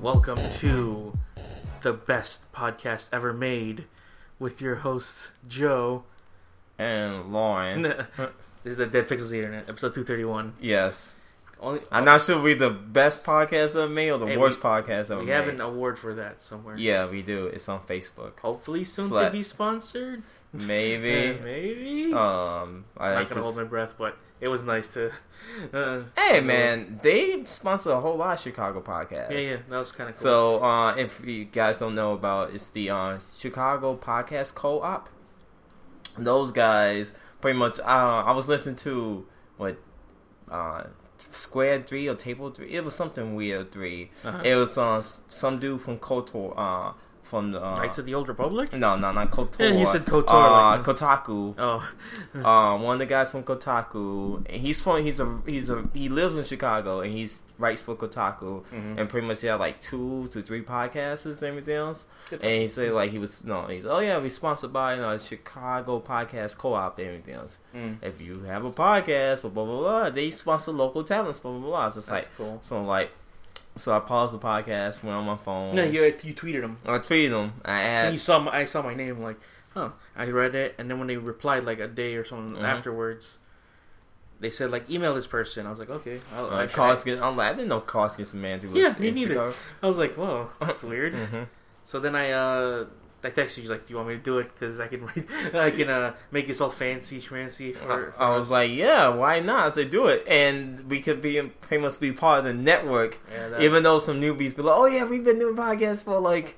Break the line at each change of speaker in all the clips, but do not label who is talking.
welcome to the best podcast ever made with your hosts Joe.
And Lauren.
this is the Dead Pixels of the Internet, episode two thirty one.
yes.
Only
I'm not sure we the best podcast ever made or the
Hey,
worst
we-
podcast ever
we
made.
have an award for that somewhere.
yeah, we do. It's on Facebook.
Hopefully soon to
Slut.
be sponsored.
Maybe.
Uh, maybe.
um, I
I'm not
like
gonna
to.
hold my breath, but it was nice to. Uh,
hey man, they sponsor a whole lot of Chicago podcasts.
yeah, yeah, that was kind of cool.
So uh, if you guys don't know about, it's the uh, Chicago Podcast Co-op. Those guys, pretty much. Uh, I was listening to what uh, Square Three or Table Three. It was something weird. 3
Uh-huh.
It was uh, s- some dude from Kotor. Uh, from uh,
Knights of the Old Republic.
no, no, not Kotor.
Yeah, you said KOTOR,
Uh,
like-
Kotaku.
Oh,
Um, one of the guys from Kotaku, and he's from he's a he's a he lives in Chicago and he's writes for Kotaku,
Mm-hmm.
and pretty much he had like two to three podcasts and everything else.
Good.
And he said like he was no, he's oh yeah, we sponsored by you know, Chicago Podcast Co-op and everything else.
Mm.
If you have a podcast or blah blah blah, they sponsor local talents, blah blah blah. It's just
That's
like
cool.
so like so I paused the podcast, went on my phone,
no, you you tweeted him.
I tweeted them, I
And
asked.
you saw my, I saw my name like, huh. I read it, and then when they replied like a day or something
Mhm.
afterwards, they said like email this person. I was like, okay, I'll, I,
Uh,
should-
Karskis- I'm like, I didn't know Karskis Semantic was
Yeah, me
in
neither. Mm-hmm.
Chicago.
I was like, whoa, that's weird.
Mhm.
So then I uh I texted you like, do you want me to do it? Because I can write, I can uh make this all fancy schmancy. For, for
Uh, I, I was
us.
like, yeah, why not? I said, do it, and we could be pretty much be part of the network.
Yeah, that-
even though some newbies be like, oh yeah, we've been doing podcasts for like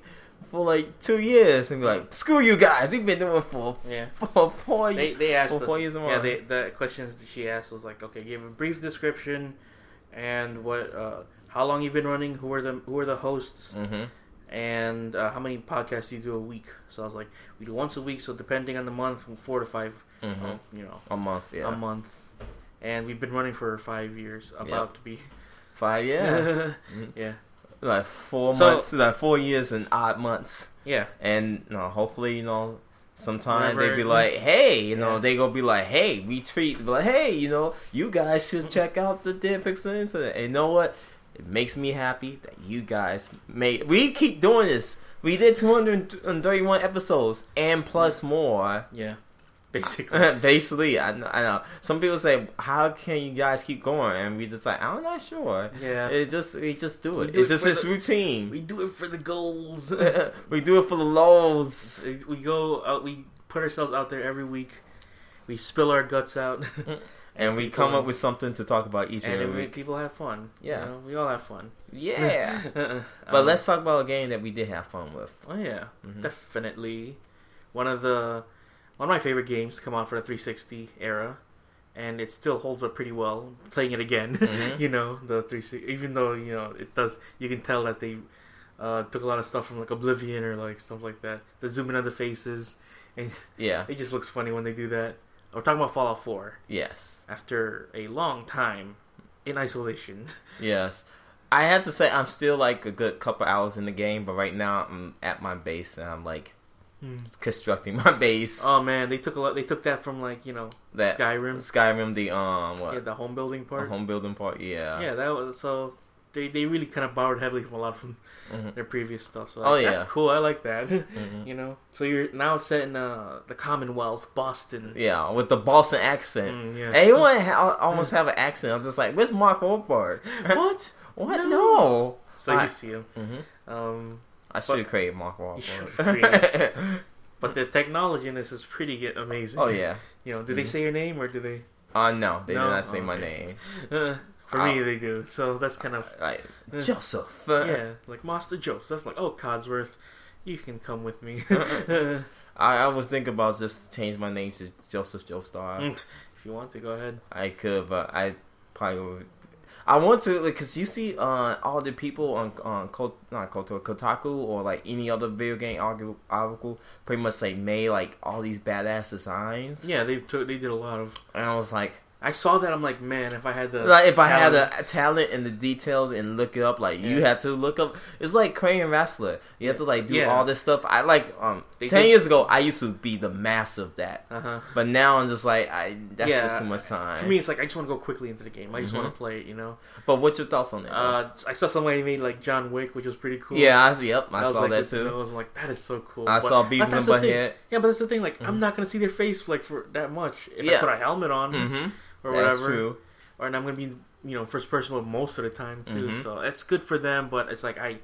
for like two years, and be like, screw you guys, we've been doing it for
yeah.
for
They
four years.
they asked
Well,
us,
four years in a
yeah.
row.
They, the questions that she asked was like, okay, give a brief description, and what, uh, how long you've been running, who are the who are the hosts,
Mm-hmm.
and uh, how many podcasts do you do a week? So I was like, we do once a week. So depending on the month, from four to 5
Mhm.
uh, you know,
A month, yeah,
a month. And we've been running for five years, about to be.
five, yeah, Mm-hmm.
yeah,
like four
So-
months, like four years and odd months,
yeah.
and you know, hopefully, you know. Sometime
Whenever-
they be like, "Hey, you know,"
Yeah.
they gonna be like, "Hey, we treat like, hey, you know, you guys should check out the Dead Pixel Internet." And you know what? It makes me happy that you guys made. We keep doing this. We did 231 episodes and plus more.
Yeah, basically.
Basically, I know, I know. Some people say, "How can you guys keep going?" And we just like, "I'm not sure."
Yeah.
It just we just do
We
it.
do
it's
it
just
for
this
the-
routine.
we do it for the goals.
we do it for the lows.
we go out. We put ourselves out there every week. We spill our guts out,
And we
People-
come up with something to talk about each and
and
every
we,
week.
people have fun. you
Yeah.
know? we all have fun.
Yeah. but
Um,
let's talk about a game that we did have fun with.
Oh yeah,
Mm-hmm.
definitely. One of the one of my favorite games to come out for the 360 era, and it still holds up pretty well. Playing it again,
Mhm.
you know, the 360. Even though you know it does, you can tell that they uh, took a lot of stuff from like Oblivion or like stuff like that. The zooming on the faces, and
Yeah.
it just looks funny when they do that. We're talking about Fallout 4
Yes.
after a long time in isolation.
Yes. I have to say I'm still like a good couple hours in the game, but right now I'm at my base and I'm like constructing my base.
Hmm. Oh man, they took a lot. They took that from like you know
That-
Skyrim,
Skyrim, the um, what
yeah, the home building
the
part.
home building part? Yeah.
Yeah, that was so. They, they really kind of borrowed heavily from a lot from
Mhm.
their previous stuff. So
Oh,
that's, that's
yeah.
cool. I like that.
Mhm.
You know, so you're now set in uh, the Commonwealth, Boston.
Yeah, with the Boston accent.
Mm, yes.
Anyone ha- almost have an accent. I'm just like, where's Mark Wahlberg?
what?
what?
No.
No.
So you
I-
see him.
Mhm.
Um,
I should have created Mark
should've
Wahlberg.
but the technology in this is pretty amazing.
oh yeah.
You know, did they
Mhm.
say your name or do they?
Uh no, they
No?
did not say my
Okay.
name.
Uh, for me,
Uh,
they do. So that's kind of
Like
Uh,
Joseph.
yeah, like Master Joseph. Like, oh Codsworth, you can come with me.
Uh, I, I was thinking about just change my name to Joseph Joestar.
if you want to, go ahead.
I could, but I probably would. I want to because you see uh, all the people on on Kot- not Koto, Kotaku or like any other video game argu- article pretty much like made like all these badass designs.
Yeah, they took they did a lot of
and I was like,
I saw that. I'm like, man, if I had the
Like if I had
talent-
the talent and the details and look it up, like you
Yeah.
have to look up. It's like Korean wrestler. You have to like do
Yeah.
all this stuff. I like um
They
ten
did-
years ago, I used to be the master of that,
Uh-huh.
but now I'm just like I. That's
Yeah.
just too much time.
To me, it's like I just want to go quickly into the game. I just
Mm-hmm.
want to play it, you know.
but what's your thoughts on that?
Uh, I saw somebody made like John Wick, which was pretty cool.
yeah, I yep, I
was
saw
like,
that
good to know. I
too.
was like, that is so cool.
I
But-
saw
but
Beavis
that's
and
the thing.
Butthead.
Yeah, but that's the thing. Like, I'm not gonna see their face like for that much if I
Mm-hmm. Yeah.
put a helmet on
Mm-hmm.
Um, or
That's
whatever.
true.
Or and I'm gonna be you know first person mode most of the time too.
Mhm.
So it's good for them, but it's like I.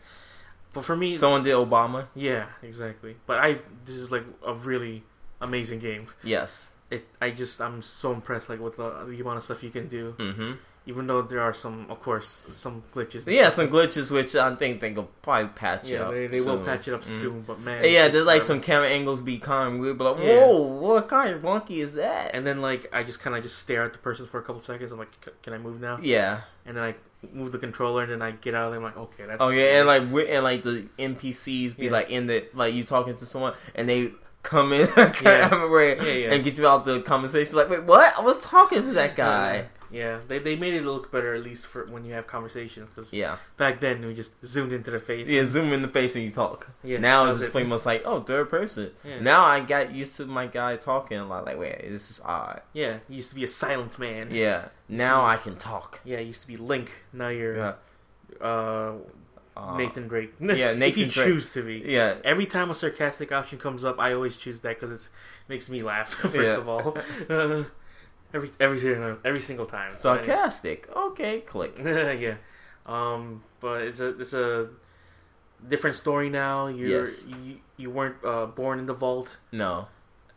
But for me,
Someone did Obama.
yeah, exactly. But I this is like a really amazing game.
Yes.
It I just I'm so impressed like with the, the amount of stuff you can do.
Mm-hmm.
Even though there are some, of course, some glitches.
Yeah, some glitches which I think they could probably patch
yeah,
up.
they, they will
soon.
patch it up
Mhm.
soon. But man,
Yeah,
it's
there's like
forever.
some camera angles be kind of weird, but like,
Yeah.
whoa, what kind of monkey is that?
And then like I just kind of just stare at the person for a couple seconds. I'm like, "C- can I move now?
yeah.
And then I move the controller, and then I get out of there. I'm like, okay, that's
Oh yeah, and like we and like the NPCs be
Yeah.
like in the like you talking to someone and they come in camera
Yeah, yeah.
and get you out the conversation like wait what I was talking to that guy
Yeah, they they made it look better at least for when you have conversations because
yeah
back then we just zoomed into the face.
yeah zoom in the face and you talk
Yeah,
now
that
it's
was
just
it.
pretty much like oh third person
Yeah.
now I got used to my guy talking a lot like wait this is odd
Yeah, you used to be a silent man.
yeah now I can talk
Yeah, you used to be Link. Now you're
yeah
uh,
Uh,
Nathan Drake.
yeah,
if you
Nathan Drake.
choose to be.
yeah
Every time a sarcastic option comes up, I always choose that because it makes me laugh. First
Yeah.
of all, uh, every every single every single time. But anyway.
sarcastic okay click
yeah, um, but it's a it's a different story now. You're,
Yes.
You you weren't uh, born in the vault.
no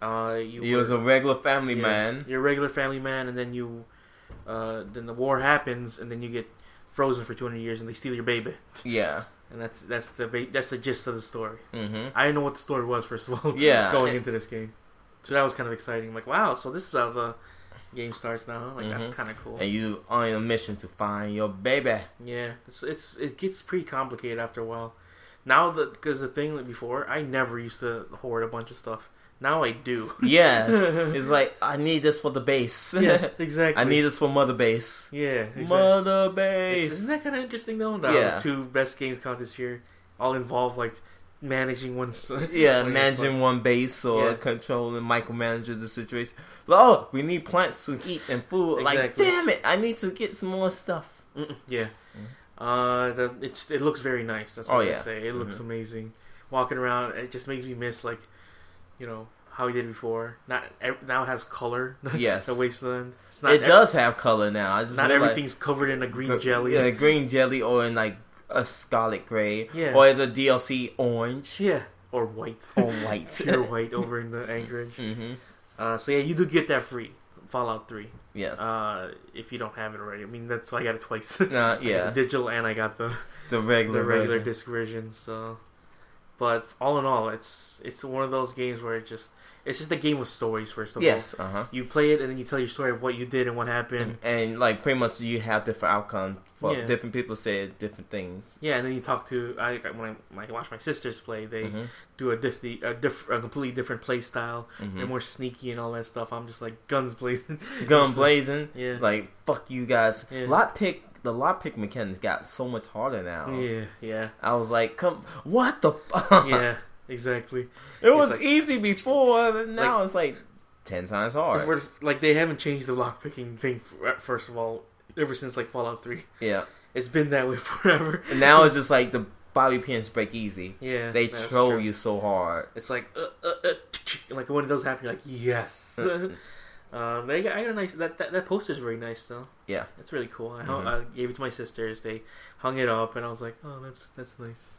Uh, you
He was a regular family
yeah,
man.
You're a regular family man, and then you, uh, then the war happens, and then you get frozen for 200 years, and they steal your baby,
Yeah.
and that's that's the ba- that's the gist of the story.
hmm
I didn't know what the story was first of all.
Yeah,
going
it-
into this game, so that was kind of exciting. I'm like, wow, so this is how the game starts now. Like that's
Mhm.
kind of cool.
And you on a mission to find your baby.
Yeah, it's it's it gets pretty complicated after a while. Now that because the thing that before I never used to hoard a bunch of stuff. Now I do.
Yes. it's like I need this for the base.
yeah, exactly.
I need this for mother base.
Yeah, exactly.
Mother
It's-
base.
Isn't that kind of interesting though? That
Yeah.
The two best games caught this year all involve like managing one's.
Yeah,
one's
managing one base or
Yeah.
controlling micromanage the situation. Like, oh, we need plants to eat and food. Like,
Exactly.
damn it, I need to get some more stuff.
Mm-mm, yeah. Uh, the, it's it looks very nice. That's
Mm-hmm. Oh,
what I
yeah.
say. It looks amazing. Walking around, it just makes me miss like, you know, how we did it before. Not ev- now it has color.
Yes.
the wasteland. It's
it
ev-
does have color now. I just
Not
realized-
everything's covered in a green
Gr-
jelly.
Yeah,
Yeah.
green jelly or in like a scarlet gray.
Yeah.
Or the DLC orange
or white,
or white.
pure white over in the Anchorage.
hmm
Uh, so yeah, you do get that free Fallout Three
Yes.
uh, if you don't have it already. I mean, that's why I got it twice.
Nah,
I got
yeah.
the digital and I got the
The regular,
the regular
version.
disc version. So, but all in all, it's it's one of those games where it just it's just a game with stories. First of
Yes. Mm-hmm. Uh huh.
all, you play it and then you tell your story of what you did and what happened.
And, and, like pretty much you have different outcomes for
Yeah.
different people say different things.
Yeah, and then you talk to I when I, when I watch my sisters play, they
Mhm.
do a diff a, diff, a completely different play style.
Mm-hmm.
They're more sneaky and all that stuff. I'm just like guns blazing,
Gun
So-
blazing.
yeah.
Like fuck you guys.
Yeah.
Lot pick. The lot pick mechanics got so much harder now.
Yeah, yeah,
I was like, come, what the? Fuck?
yeah, exactly.
It was
like-
easy before, but now it's like ten times hard.
We're- Like they haven't changed the lockpicking thing. For, first of all, ever since like Fallout Three,
Yeah.
it's been that way forever.
And now it's just like the bobby pins break easy.
yeah,
They
that's
troll
true.
you so hard.
It's like uh, uh, uh, like when it does happen, you're like yes. um, they got, I got a nice that that, that poster's very nice though.
Mm-hmm. Yeah.
It's really cool. I, hung,
Mhm.
I gave it to my sisters. They hung it up, and I was like, "Oh, that's that's nice."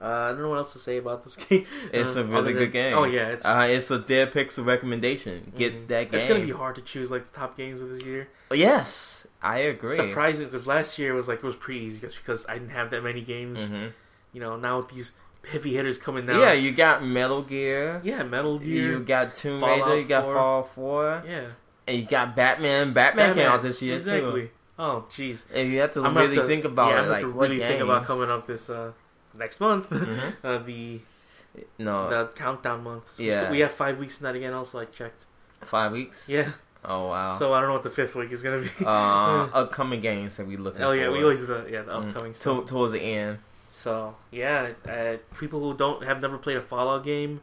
Uh, I don't know what else to say about this game.
It's
Uh,
a really
other
good
than-
game.
Oh yeah, it's
uh, it's a Dead Pixel recommendation. Get
mhm.
that game.
It's gonna be hard to choose like the top games of this year.
Yes, I agree.
Surprising because last year was like it was pretty easy just because I didn't have that many games.
Mhm.
You know, now with these heavy hitters coming now.
Yeah, you got Metal Gear.
yeah, Metal Gear.
You got Tomb
Fallout
Raider. You got
4.
Fall Four.
yeah,
And you got Batman. Batman, came out this year
exactly.
too.
Oh, jeez.
And you have to
I'm gonna
really
have to-
think about
yeah,
it.
I'm
Like
gonna have to
what
really
games?
think about coming up this uh, next month.
Mhm.
uh, the
No,
the countdown month. We
Oh. Yeah.
still- we have five weeks in that again. Also, I checked.
five weeks.
Yeah,
Oh wow.
So I don't know what the fifth week is gonna be.
uh, upcoming games that we looking.
oh yeah,
for.
we always do the yeah the upcoming
Mm.
stuff.
To- towards the end.
So yeah, uh, people who don't have never played a Fallout game,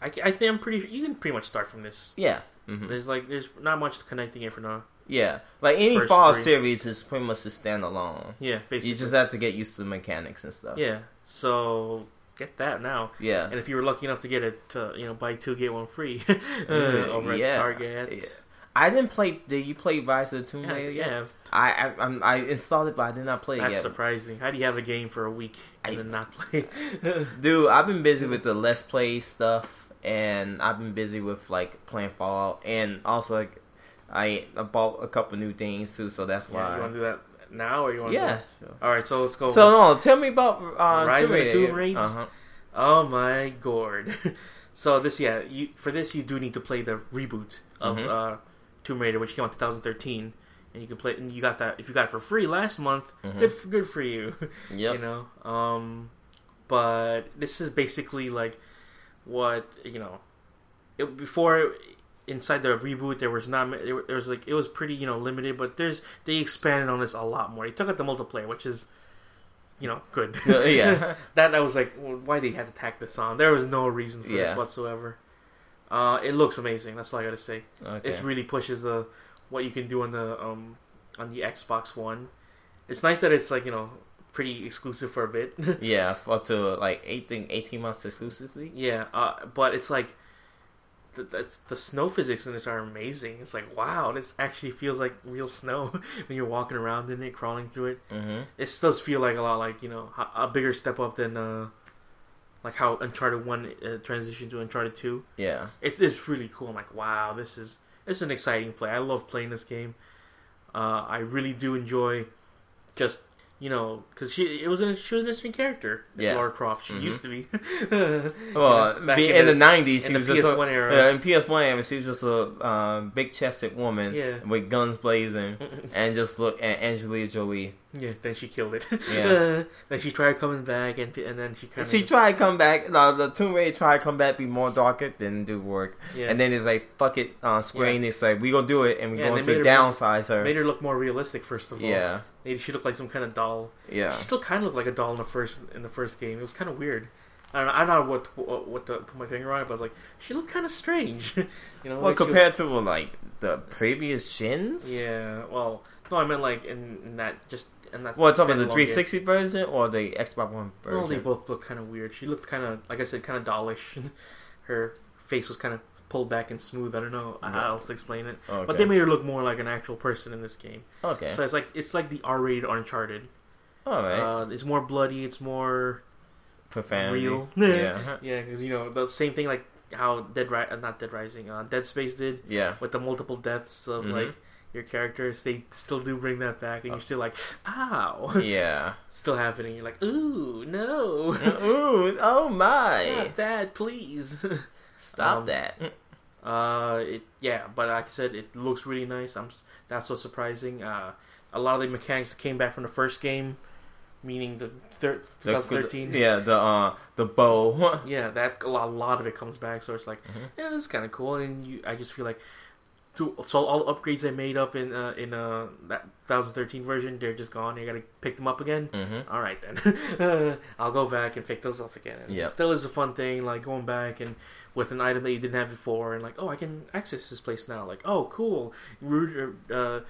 I, ca- I think I'm pretty. You can pretty much start from this.
Yeah. hmm
There's like there's not much connecting it for now.
Yeah, like any
First
Fallout
three.
series is pretty much a standalone.
Yeah, basically.
You just have to get used to the mechanics and stuff.
yeah. So get that now.
yeah.
And if you were lucky enough to get it, uh, you know, buy two get one free uh,
Mm,
over
yeah,
at Target.
yeah. I didn't play. Did you play Vice or Tomb
Yeah,
Raider?
yeah,
yet? I I, I'm, I installed it, but I did not play it
that's
yet.
surprising. How do you have a game for a week and
I-
then not play?
Dude, I've been busy with the Let's Play stuff, and I've been busy with like playing Fallout, and also like I, I bought a couple new things too, so that's
Yeah, you want
why.
to do that now, or you want?
Yeah.
To do... All right, so let's go.
So no, tell me about uh,
Rise of
Tomb
the
Raider.
Tomb Raids?
Uh-huh.
Oh my gourd. so this, yeah, you, for this you do need to play the reboot of
Mhm.
uh, Tomb Raider, which came out in 2013, and you can play. And you got that if you got it for free last month.
Mhm.
Good, for, good for you.
Yep.
You know, um, but this is basically like what you know. It, before inside the reboot, there was not there was- there was like it was pretty you know limited, but there's they expanded on this a lot more. They took out the multiplayer, which is you know good.
Yeah.
that I was like, well, why they had to tack this on? There was no reason for
Yeah.
this whatsoever. Uh, it looks amazing. That's all I gotta say.
Okay.
It really pushes the what you can do on the um on the Xbox One. It's nice that it's like you know pretty exclusive for a bit.
yeah, for up to uh, like 18, 18 months exclusively.
yeah, uh, but it's like the, the, the snow physics in this are amazing. It's like wow, this actually feels like real snow when you're walking around in it, crawling through it.
Mm-hmm.
It does feel like a lot like you know h- a bigger step up than uh like how Uncharted One uh, transitioned to Uncharted Two.
Yeah.
It, it's really cool. I'm like, wow, this is this is an exciting play. I love playing this game. Uh, I really do enjoy just you know because she it was an, she was an interesting character.
Yeah.
Laura Croft. She
Mhm.
used to be.
Well,
Yeah, back
be-
in
in, the
the-
nineties, she
in the
was just
PS1
a,
era.
Yeah, in PS One era, she was just a um, big-chested woman
Yeah.
with guns blazing, and just look at Angelina Jolie.
yeah. Then she killed it.
Yeah.
then she tried coming back, and and then she kind
She tried to come back. No, the Tomb Raider tried to come back, be more darker, didn't do work.
yeah,
And then it's like, fuck it, uh, Square Enix like we gonna do it, and we
Yeah, and
going
they
to
made her-
downsize her.
made her look more realistic. First of all,
yeah,
Maybe she looked like some kind of doll.
yeah.
She still kind of looked like a doll in the first in the first game. It was kind of weird. I don't know, I don't know what, what what to put my finger on it, but I was like, she looked kind of strange. you know,
Well,
like she was-
compared to like the previous shins.
Yeah, well, no, I meant like in, in that just in that.
Well, it's about the
standalone
360 version or the Xbox One
game. Well, they
version.
both look kind of weird. She looked kind of, like I said, kind of dollish. her face was kind of pulled back and smooth. I don't know how else to explain it,
okay.
but they made her look more like an actual person in this game.
okay.
So it's like it's like the R-rated Uncharted.
All right.
Uh, it's more bloody. It's more
profanity.
real.
yeah.
Yeah, because you know the same thing like how Dead Ri- uh, not Dead Rising, uh, Dead Space did
Yeah.
with the multiple deaths of
Mhm.
like your characters. They still do bring that back, and you're still like, ow,
Oh. Yeah.
still happening. You're like, ooh, no,
Ooh, oh my.
not that, please.
Stop
Um,
that.
uh, it yeah, but like I said, it looks really nice. I'm s- that's what's surprising. Uh, a lot of the mechanics came back from the first game, meaning the thir-
The-
2013.
yeah, the uh the bow.
yeah, that a lot, a lot of it comes back. So it's like,
Mhm.
yeah, this is kind of cool. And you, I just feel like, to, so all the upgrades I made up in uh, in uh, that 2013 version, they're just gone. You gotta pick them up again.
hmm
All right then, I'll go back and pick those up again. And
Yep.
It still is a fun thing, like going back and with an item that you didn't have before, and like, oh, I can access this place now. Like, oh, cool. Root, uh,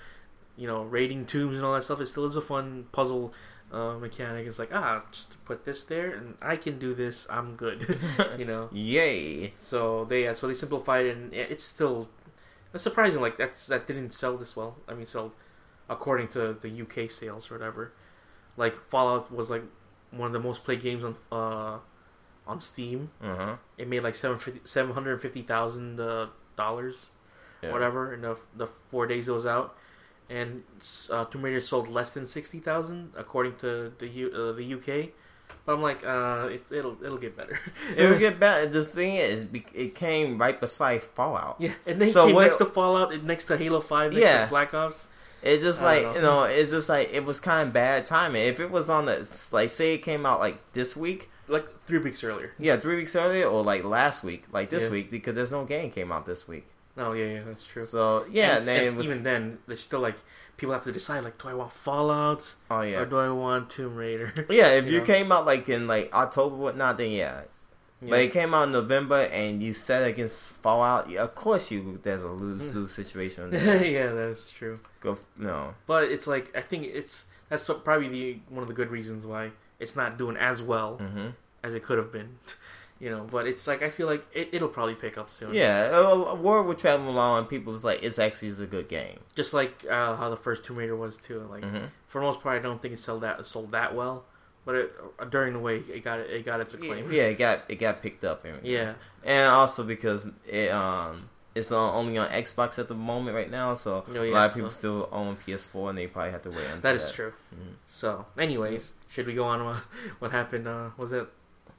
you know, raiding tombs and all that stuff. It still is a fun puzzle uh, mechanic. It's like, ah, just put this there, and I can do this. I'm good. you know.
Yay.
So they yeah, so they simplified it, and it- it's still that's surprising. Like that's that didn't sell this well. I mean, sold according to the UK sales or whatever. Like Fallout was like one of the most played games on uh, on Steam.
Uh-huh.
It made like seven seven hundred fifty thousand uh, dollars,
Yeah.
whatever, in the the four days it was out. And uh, Tomb Raider sold less than sixty thousand, according to the U, uh, the UK. But I'm like, uh, it's, it'll it'll get better.
It would get better. The thing is, be- it came right beside Fallout.
Yeah, and then
So
came
what-
next to Fallout, and next to Halo Five, next
Yeah.
to Black Ops.
It's just
I
like
don't
you
know.
know, it's just like it was kind of bad timing. If it was on the like, say it came out like this week,
Like three weeks earlier.
yeah, three weeks earlier, or like last week, like this
Yeah.
week, because there's no game came out this week.
Oh yeah, yeah, that's true.
So
And-
yeah, and then
and
it was,
even then, there's still like people have to decide like, do I want Fallout
oh yeah,
or do I want Tomb Raider?
yeah. If you
know?
came out like in like October, whatnot, then yeah.
Yeah.
But it came out in November, and you set against Fallout. yeah, Of course, you there's a
Hmm.
lose lose situation. There.
yeah, that's true.
Go no.
But it's like I think it's that's what- probably the one of the good reasons why it's not doing as well
hmm
as it could have been, you know. But it's like I feel like it, it'll probably pick up soon.
Yeah, a- a word would travel along, and people was like, "It's actually is a good game."
just like uh, how the first Tomb Raider was too. Like
Mhm.
for the most part, I don't think it sold that sold that well, but it, uh, during the way it got it got its acclaim.
Yeah, it got it got picked up. And
Yeah.
and also because it um it's on, only on Xbox at the moment right now, so
Oh,
a
yeah,
lot of
so-
people still own PS4, and they probably have to wait until
that is true.
Mhm.
So, anyways, should we go on uh, what happened? Uh, was it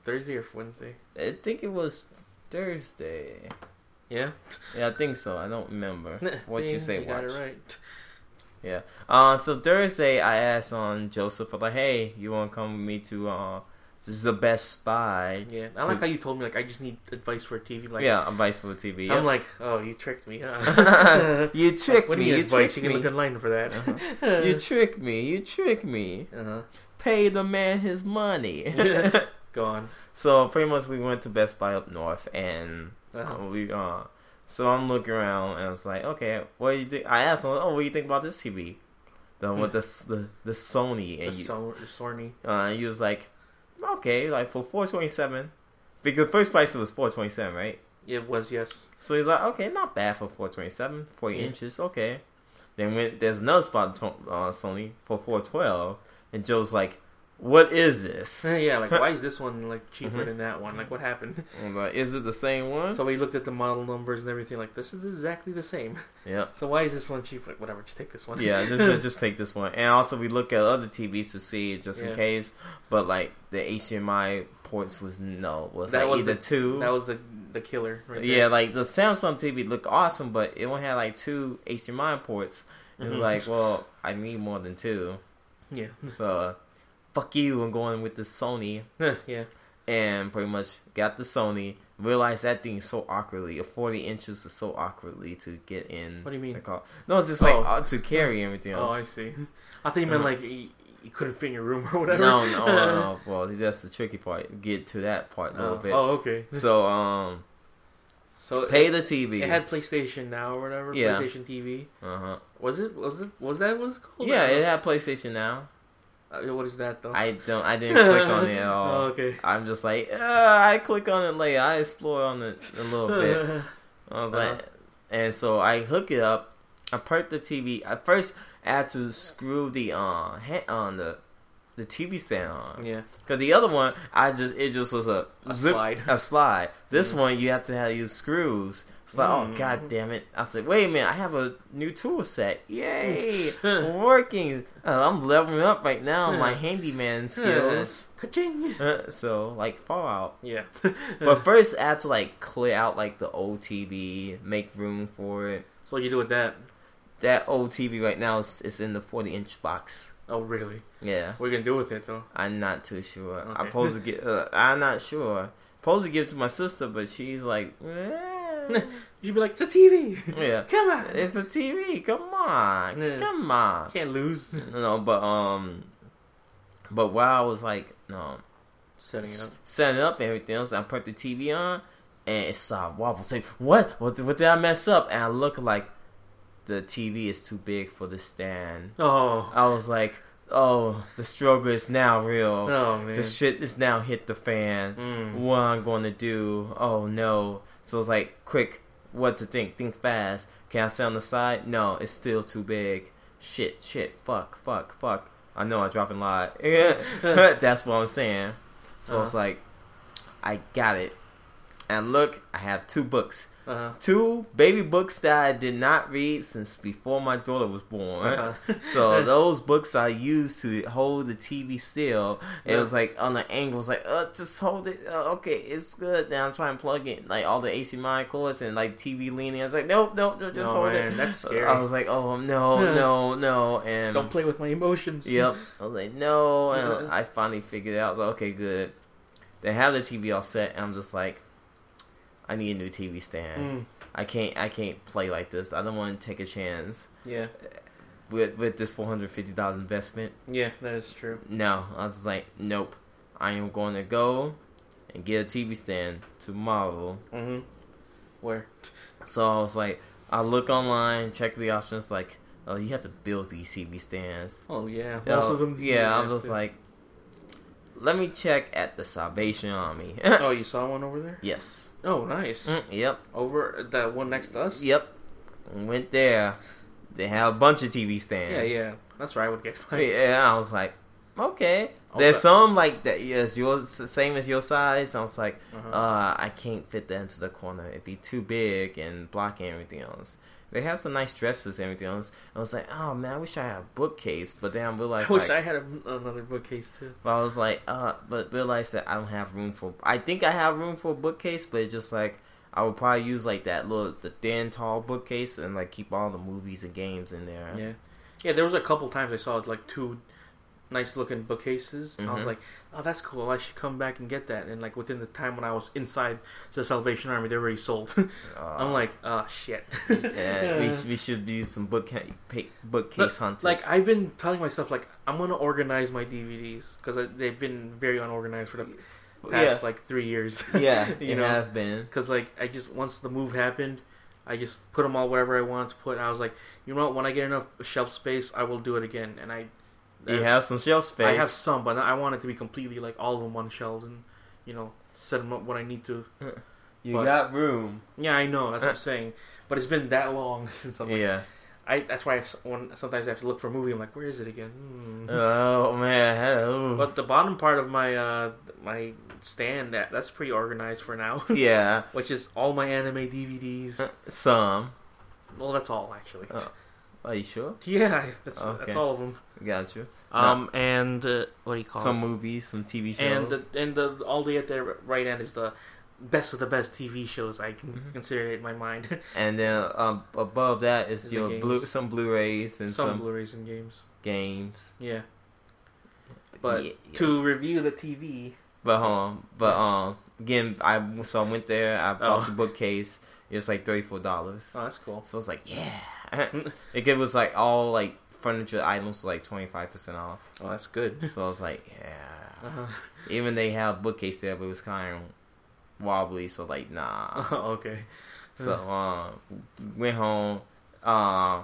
Thursday or Wednesday?
I think it was Thursday.
Yeah,
Yeah, I think so. I don't remember what you say.
got
watch.
it right.
Uh, so Thursday, I asked on Joseph like, "Hey, you want to come with me to uh, this is the best spy?"
Yeah, I
So-
like how you told me like I just need advice for a TV. Like,
yeah, advice for TV.
I'm
yeah.
like, oh, you tricked me. huh?
you
Like,
tricked
what do
me.
you
You,
need advice?
tricked
You can
me.
look online for that.
Uh-huh.
uh,
you tricked me. You tricked me.
uh-huh.
Pay the man his money.
Go on.
so pretty much, we went to Best Buy up north, and
Uh-huh.
uh, we uh, so I'm looking around, and I was like, okay, what do you think? I asked him, oh, what do you think about this TV? The one with the s- the, the Sony,
The
and you,
Sor- the Sony.
uh, and he was like, okay, like for four twenty seven, because first price was four twenty seven, right?
It was yes.
So he's like, okay, not bad for 427, 40
Yeah.
inches, okay. Then when, there's another spot on to- uh, Sony for 412, and Joe's like, what is this?
yeah, like why is this one like cheaper
Mhm.
than that one? Like what happened?
I'm like, is it the same one?
So we looked at the model numbers and everything. Like this is exactly the same.
yeah.
So why is this one cheaper? Like, whatever, just take this one.
Yeah, just, just take this one. And also, we look at other TVs to see just
Yeah.
in case, but like the HDMI ports was no, was
That
like
was
either
the-
two.
that was the the killer. Right there.
yeah, like the Samsung TV looked awesome, but it only had like two HDMI ports. It was
Mhm.
like, well, I need more than two.
yeah,
So, fuck you, I'm going with the Sony.
yeah.
And pretty much got the Sony. Realized that thing is so awkwardly. 40 inches is so awkwardly to get in.
What do you mean?
the car. No, it's just like
Oh.
uh, to carry everything
Oh, I
else.
see. I think you meant
Uh-huh.
like you, you couldn't fit in your room or whatever. Uh,
no, no, no, no. Well, that's the tricky part. Get to that part a little
oh,
bit.
oh, okay.
So, um,
So
pay
it,
the TV.
it had PlayStation Now or whatever.
Yeah.
PlayStation TV.
uh-huh.
Was it? Was it? Was that what it's called?
Yeah, it had PlayStation now.
Uh, what is that though?
I don't. I didn't click on it at all.
Oh, okay.
I'm just like, uh, I click on it later. I explore on it a little bit. I was
Uh-huh.
like, and so I hook it up. I perk the TV. I first I had to screw the uh hand on the the TV stand on
yeah.
because the other one I just it just was a,
A slide.
a slide. This
Mm.
one you have to have use screws. It's like,
Mm.
oh god damn it! I said, wait a minute, I have a new tool set. Yay, working! Uh, I'm leveling up right now my
Yeah.
handyman skills.
Ka-ching.
Uh, so like Fallout.
Yeah.
But first, I had to like clear out like the old TV, make room for it.
so what you do with that?
That old TV right now is, is in the 40 inch box.
Oh, really?
Yeah,
What are you gonna do with it though?
I'm not too sure.
Okay.
I'm supposed to get. Uh, I'm not sure. Supposed to give it to my sister, but she's like, "Eh."
You'd be like, it's a TV.
yeah,
Come on.
it's a TV. Come on,
Yeah.
come on.
can't lose.
No, but um, but while I was like, no,
Setting it up.
setting up and everything else. I put the TV on, and it started wobble. Say, what? What? What did I mess up? And I look like the TV is too big for the stand.
Oh.
I was like, oh, the struggle is now
Oh,
real.
man.
the shit is now hit the fan.
Mm.
What I'm going to do? Oh no! So it's like, quick, what to think? Think fast. Can I sit on the side? No, it's still too big. Shit, shit, fuck, fuck, fuck. I know I'm dropping a lot.
Mm.
That's what I'm saying. So it's
Uh-huh.
like, I got it. And look, I have two books.
Uh-huh.
Two baby books that I did not read since before my daughter was born.
Uh-huh.
So those books I used to hold the TV still. It was like on the angle, it's like, uh, just hold it. Uh, okay, it's good. Now I'm trying to plug in like all the HDMI cords and like TV leaning. I was like, nope, nope, no, just
No,
hold
man,
it.
that's scary.
I was like, oh no, no, no, and
Don't play with my emotions.
Yep. I was like, no. And I finally figured it out. I was like, okay, good. They have the TV all set, and I'm just like, I need a new TV stand.
Mm.
I can't I can't play like this. I don't want to take a chance
Yeah.
with with this four hundred fifty dollar investment.
Yeah, that is true.
No, I was like, nope. I am going to go and get a TV stand tomorrow.
Mm-hmm. Where?
So I was like, I look online, check the options. Like, oh, you have to build these TV stands.
Oh yeah.
Yeah,
Most of them.
Yeah, I was like, let me check at the Salvation Army.
Oh, you saw one over there?
yes.
Oh, nice.
Mm, yep.
Over at that one next to us.
Yep. Went there. They have a bunch of TV
Yeah,
stands.
yeah. That's where I would get
yeah.
mine.
I was like, okay.
Oh,
There's
but-
some like that. Yes, yours same as your size. I was like,
Uh-huh.
uh, I can't fit that into the corner. It'd be too big and blocking everything else. They have some nice dresses and everything else. I was like, oh man, I wish I had a bookcase. But then I
I
realized,
wish
like,
I had a, another bookcase too.
but I was like, uh, but realized that I don't have room for. I think I have room for a bookcase, but it's just like I would probably use like that little the thin tall bookcase and like keep all the movies and games in there.
Yeah. Yeah, there was a couple times I saw like two nice looking bookcases. And I was
Mhm.
like, oh, that's cool. I should come back and get that. And like within the time when I was inside the Salvation Army, they already sold.
Uh,
I'm like, oh, shit.
yeah, we, sh- we should do some bookcase
Look,
bookcase hunting.
Like I've been telling myself, like I'm gonna organize my DVDs because they've been very unorganized for the past like three years.
yeah, yeah,
you
it
know,
has been.
because like I just once the move happened, I just put them all wherever I wanted to put. And I was like, you know what? When I get enough shelf space, I will do it again. And I,
You have some shelf space.
I have some, but I want it to be completely like all of them on shelves and you know set them up when I need to.
you
but-
got room.
Yeah, I know that's what I'm saying, but it's been that long since I'm. Like,
Eh. Yeah.
I that's why I, when sometimes I have to look for a movie. I'm like, where is it again? Hmm.
oh man. oh.
But the bottom part of my uh my stand that that's pretty organized for now,
yeah.
which is all my anime DVDs.
Some.
Well, that's all actually.
Eh. Oh. Are you sure?
Yeah, that's
Okay.
that's all of them.
Got you.
Um and uh, what do you call
Some
it?
movies, some TV shows.
And the and the all the at the right end is the best of the best TV shows I can
Mhm.
consider it in my mind.
And then um, above that is
The
your
games.
blue, some Blu-rays and
some,
some,
Blu-rays and games.
games.
Yeah, but
Yeah, yeah.
to review the TV.
but um, but um, again, I so I went there. I bought
Oh.
the bookcase. It was like thirty four dollars.
Oh, that's cool.
So I was like, yeah. it was like all like furniture items were like twenty five percent off.
Oh, that's good.
So I was like, yeah.
uh
Even they have bookcase there, but it was kind of wobbly. So like, nah.
okay.
So um, went home, uh,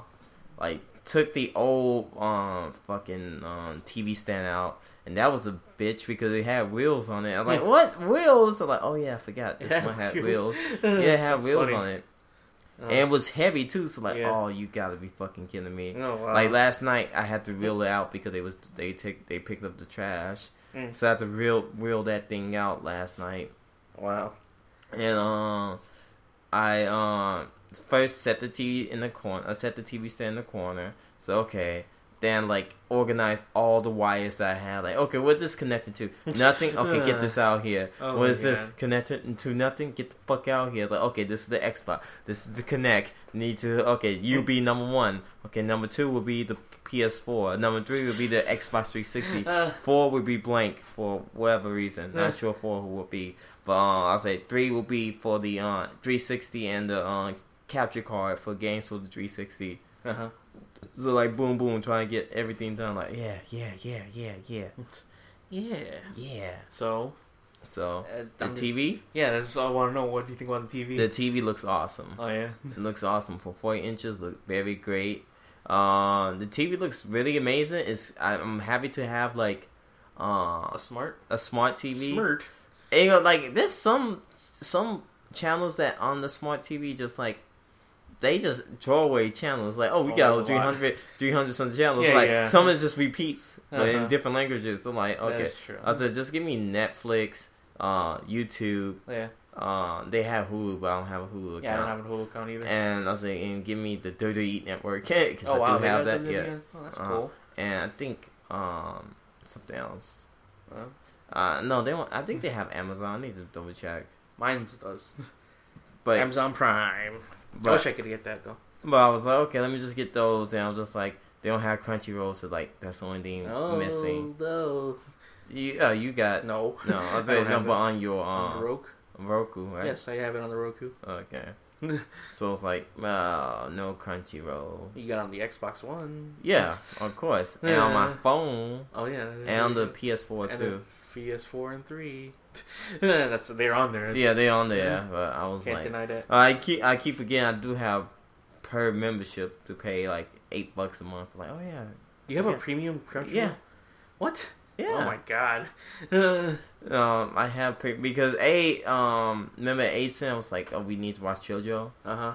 like took the old um fucking um TV stand out, and that was a bitch because it had wheels on it. I'm like, what wheels? I'm like, oh yeah, I forgot this one had wheels. Yeah, it had wheels on it,
Uh-huh.
and it was heavy too. So like,
Yeah.
oh, you gotta be fucking kidding me.
No, Oh, wow.
Like last night, I had to reel it out because they was they take they picked up the trash,
Mm.
so I had to reel reel that thing out last night.
wow.
And um, I um first set the TV in the corner. I set the TV stand in the corner. So okay, then like organize all the wires that I had. Like okay, what this connected to? Nothing. Okay, get this out here.
Oh
what
my
is this
God.
connected to? Nothing. Get the fuck out here. Like okay, this is the Xbox. This is the Connect. Need to okay. You be number one. Okay, number two will be the PS4. Number three will be the Xbox 360.
Uh,
Four would be blank for whatever reason. Not sure four who will be, but uh, I'll say three will be for the uh, 360 and the uh, capture card for games for the 360.
uh-huh.
So like boom boom, trying to get everything done. Like yeah yeah yeah yeah yeah
Yeah.
yeah.
So
So
uh,
Oh, the
I'm just-
TV,
yeah, that's all I want to know. What do you think about the TV?
the TV looks awesome.
oh yeah.
It looks awesome for 40 inches. Look very great. Um, the TV looks really amazing. It's I- I'm happy to have like uh,
A smart
a smart TV.
Smart.
And, you know, like there's some some channels that on the smart TV just like they just throw away channels. Like oh, we
Oh,
got
there's a lot.
300, 300 some channels.
Yeah,
like
yeah.
some it just repeats, but
Uh-huh.
in different languages. I'm like okay,
That's true.
I said just give me Netflix, uh, YouTube.
yeah.
Uh, they have Hulu, but I don't have a Hulu account.
Yeah, I don't have a Hulu account either.
and I was like, and give me the WWE Network because
oh
I
wow,
do
they got
have that.
WWE?
Yeah,
Oh, that's
Uh,
cool.
and I think um something else.
Uh,
Uh, no, they don't. I think they have Amazon. I need to double check.
mine does.
But
Amazon Prime. I
but
wish I could get that though.
But I was like, okay, let me just get those, and I was just like, they don't have Crunchyroll, so like that's the only thing
Oh.
missing.
no.
You, oh, you got no,
No.
I
don't
think no,
have
but
it.
on your
On the
um,
Roku.
Roku, right?
Yes, I have it on the Roku.
Okay. so it's like, oh, no Crunchyroll.
You got on the Xbox One.
Yeah, of course. And on my
Yeah.
phone
Oh yeah.
and on the PS4
and
too.
the PS4 and three. That's they're on there.
Yeah, they on there. But I was
can't
like, uh,
deny that.
I keep I keep forgetting I do have per membership to pay like eight bucks a month. Like, oh yeah,
You have
Yeah.
a premium Crunchyroll.
yeah,
What?
yeah.
Oh my god. Uh,
Um, I have pre- because a um remember Asen was like, oh, we need to watch JoJo.
huh.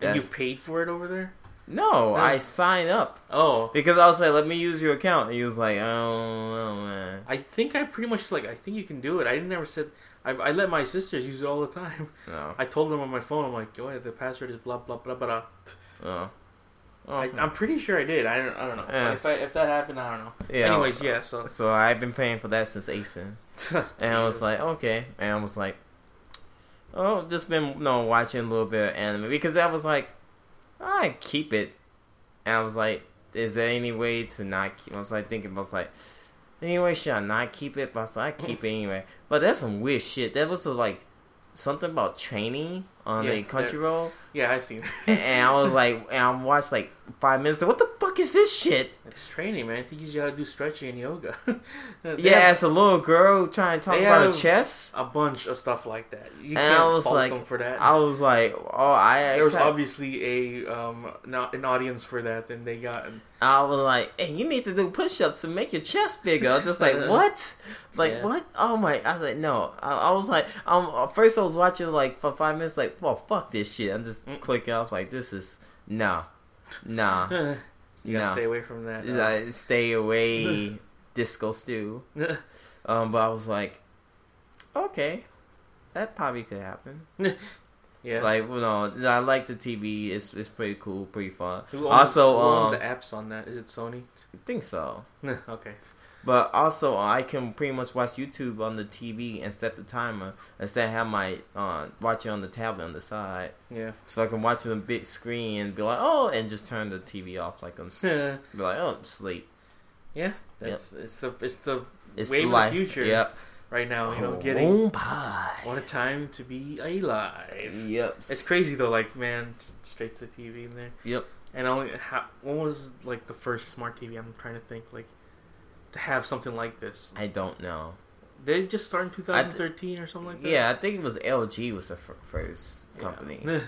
And you
That's-
paid for it over there?
No,
Yeah.
I signed up
Oh,
because I was like, let me use your account, and he was like, oh, oh man.
I think I pretty much like I think you can do it. I never said I, I let my sisters use it all the time.
No.
I told them on my phone. I'm like, oh yeah, the password is blah blah blah blah.
Oh.
I, I'm pretty sure I did. I don't. I don't know.
Yeah.
If I, if that happened, I don't know.
Yeah.
Anyways, yeah. So.
So I've been paying for that since ASIN. And I was like, okay. And I was like, oh, just been you know, watching a little bit of anime because I was like, I keep it. And I was like, is there any way to not keep? I was like thinking, I was like, anyway, should I not keep it? But I was like, I keep it anyway. But that's some weird shit. That was uh, like something about training on
Yeah,
a country roll,
yeah, I seen.
and, and I was like, and I watched like five minutes. What the fuck is this shit?
It's training, man. I think you just gotta do stretching and yoga. They
Yeah,
have
as a little girl trying to talk
they
about her
have-
chess.
a bunch of stuff like that. You
And
can't
I was
fault
like-
them for that.
I was like, oh, I.
there was
I-
obviously a um not an audience for that, and they got
I was like, "Hey, you need to do push-ups to make your chest bigger." I was just like, "What? Like
Yeah.
what? Oh my!" I was like, "No." I, I was like, um, at first I was watching like for five minutes, like, "Well, fuck this shit." I'm just
Mm.
clicking. I was like, "This is no, nah,
you gotta
Uh, No.
stay away from that.
Just, uh, stay away, disco stew." Um, but I was like, "Okay, that probably could happen."
yeah.
Like, you know, I like the TV. It's it's pretty cool, pretty fun.
Who owns,
also,
who owns
um,
the apps on that? Is it Sony?
I think so.
okay.
But also, uh, I can pretty much watch YouTube on the TV and set the timer instead of have my uh, watch it on the tablet on the side,
Yeah.
so I can watch it on the big screen and be like, oh, and just turn the TV off like I'm s- be
yeah.
like, oh, I'm asleep.
That's it's the it's the
It's
Wave
the
of the
life.
future.
Yep.
right now you know
Oh,
getting
pie.
what a time to be alive.
Yep.
It's crazy though, like man, just straight to the TV in there.
Yep.
And only how, when was like the first smart TV? I'm trying to think like to have something like this.
I don't know.
They just started in 2013 or something like that.
Yeah, I think it was LG was the f- first company.
Yeah.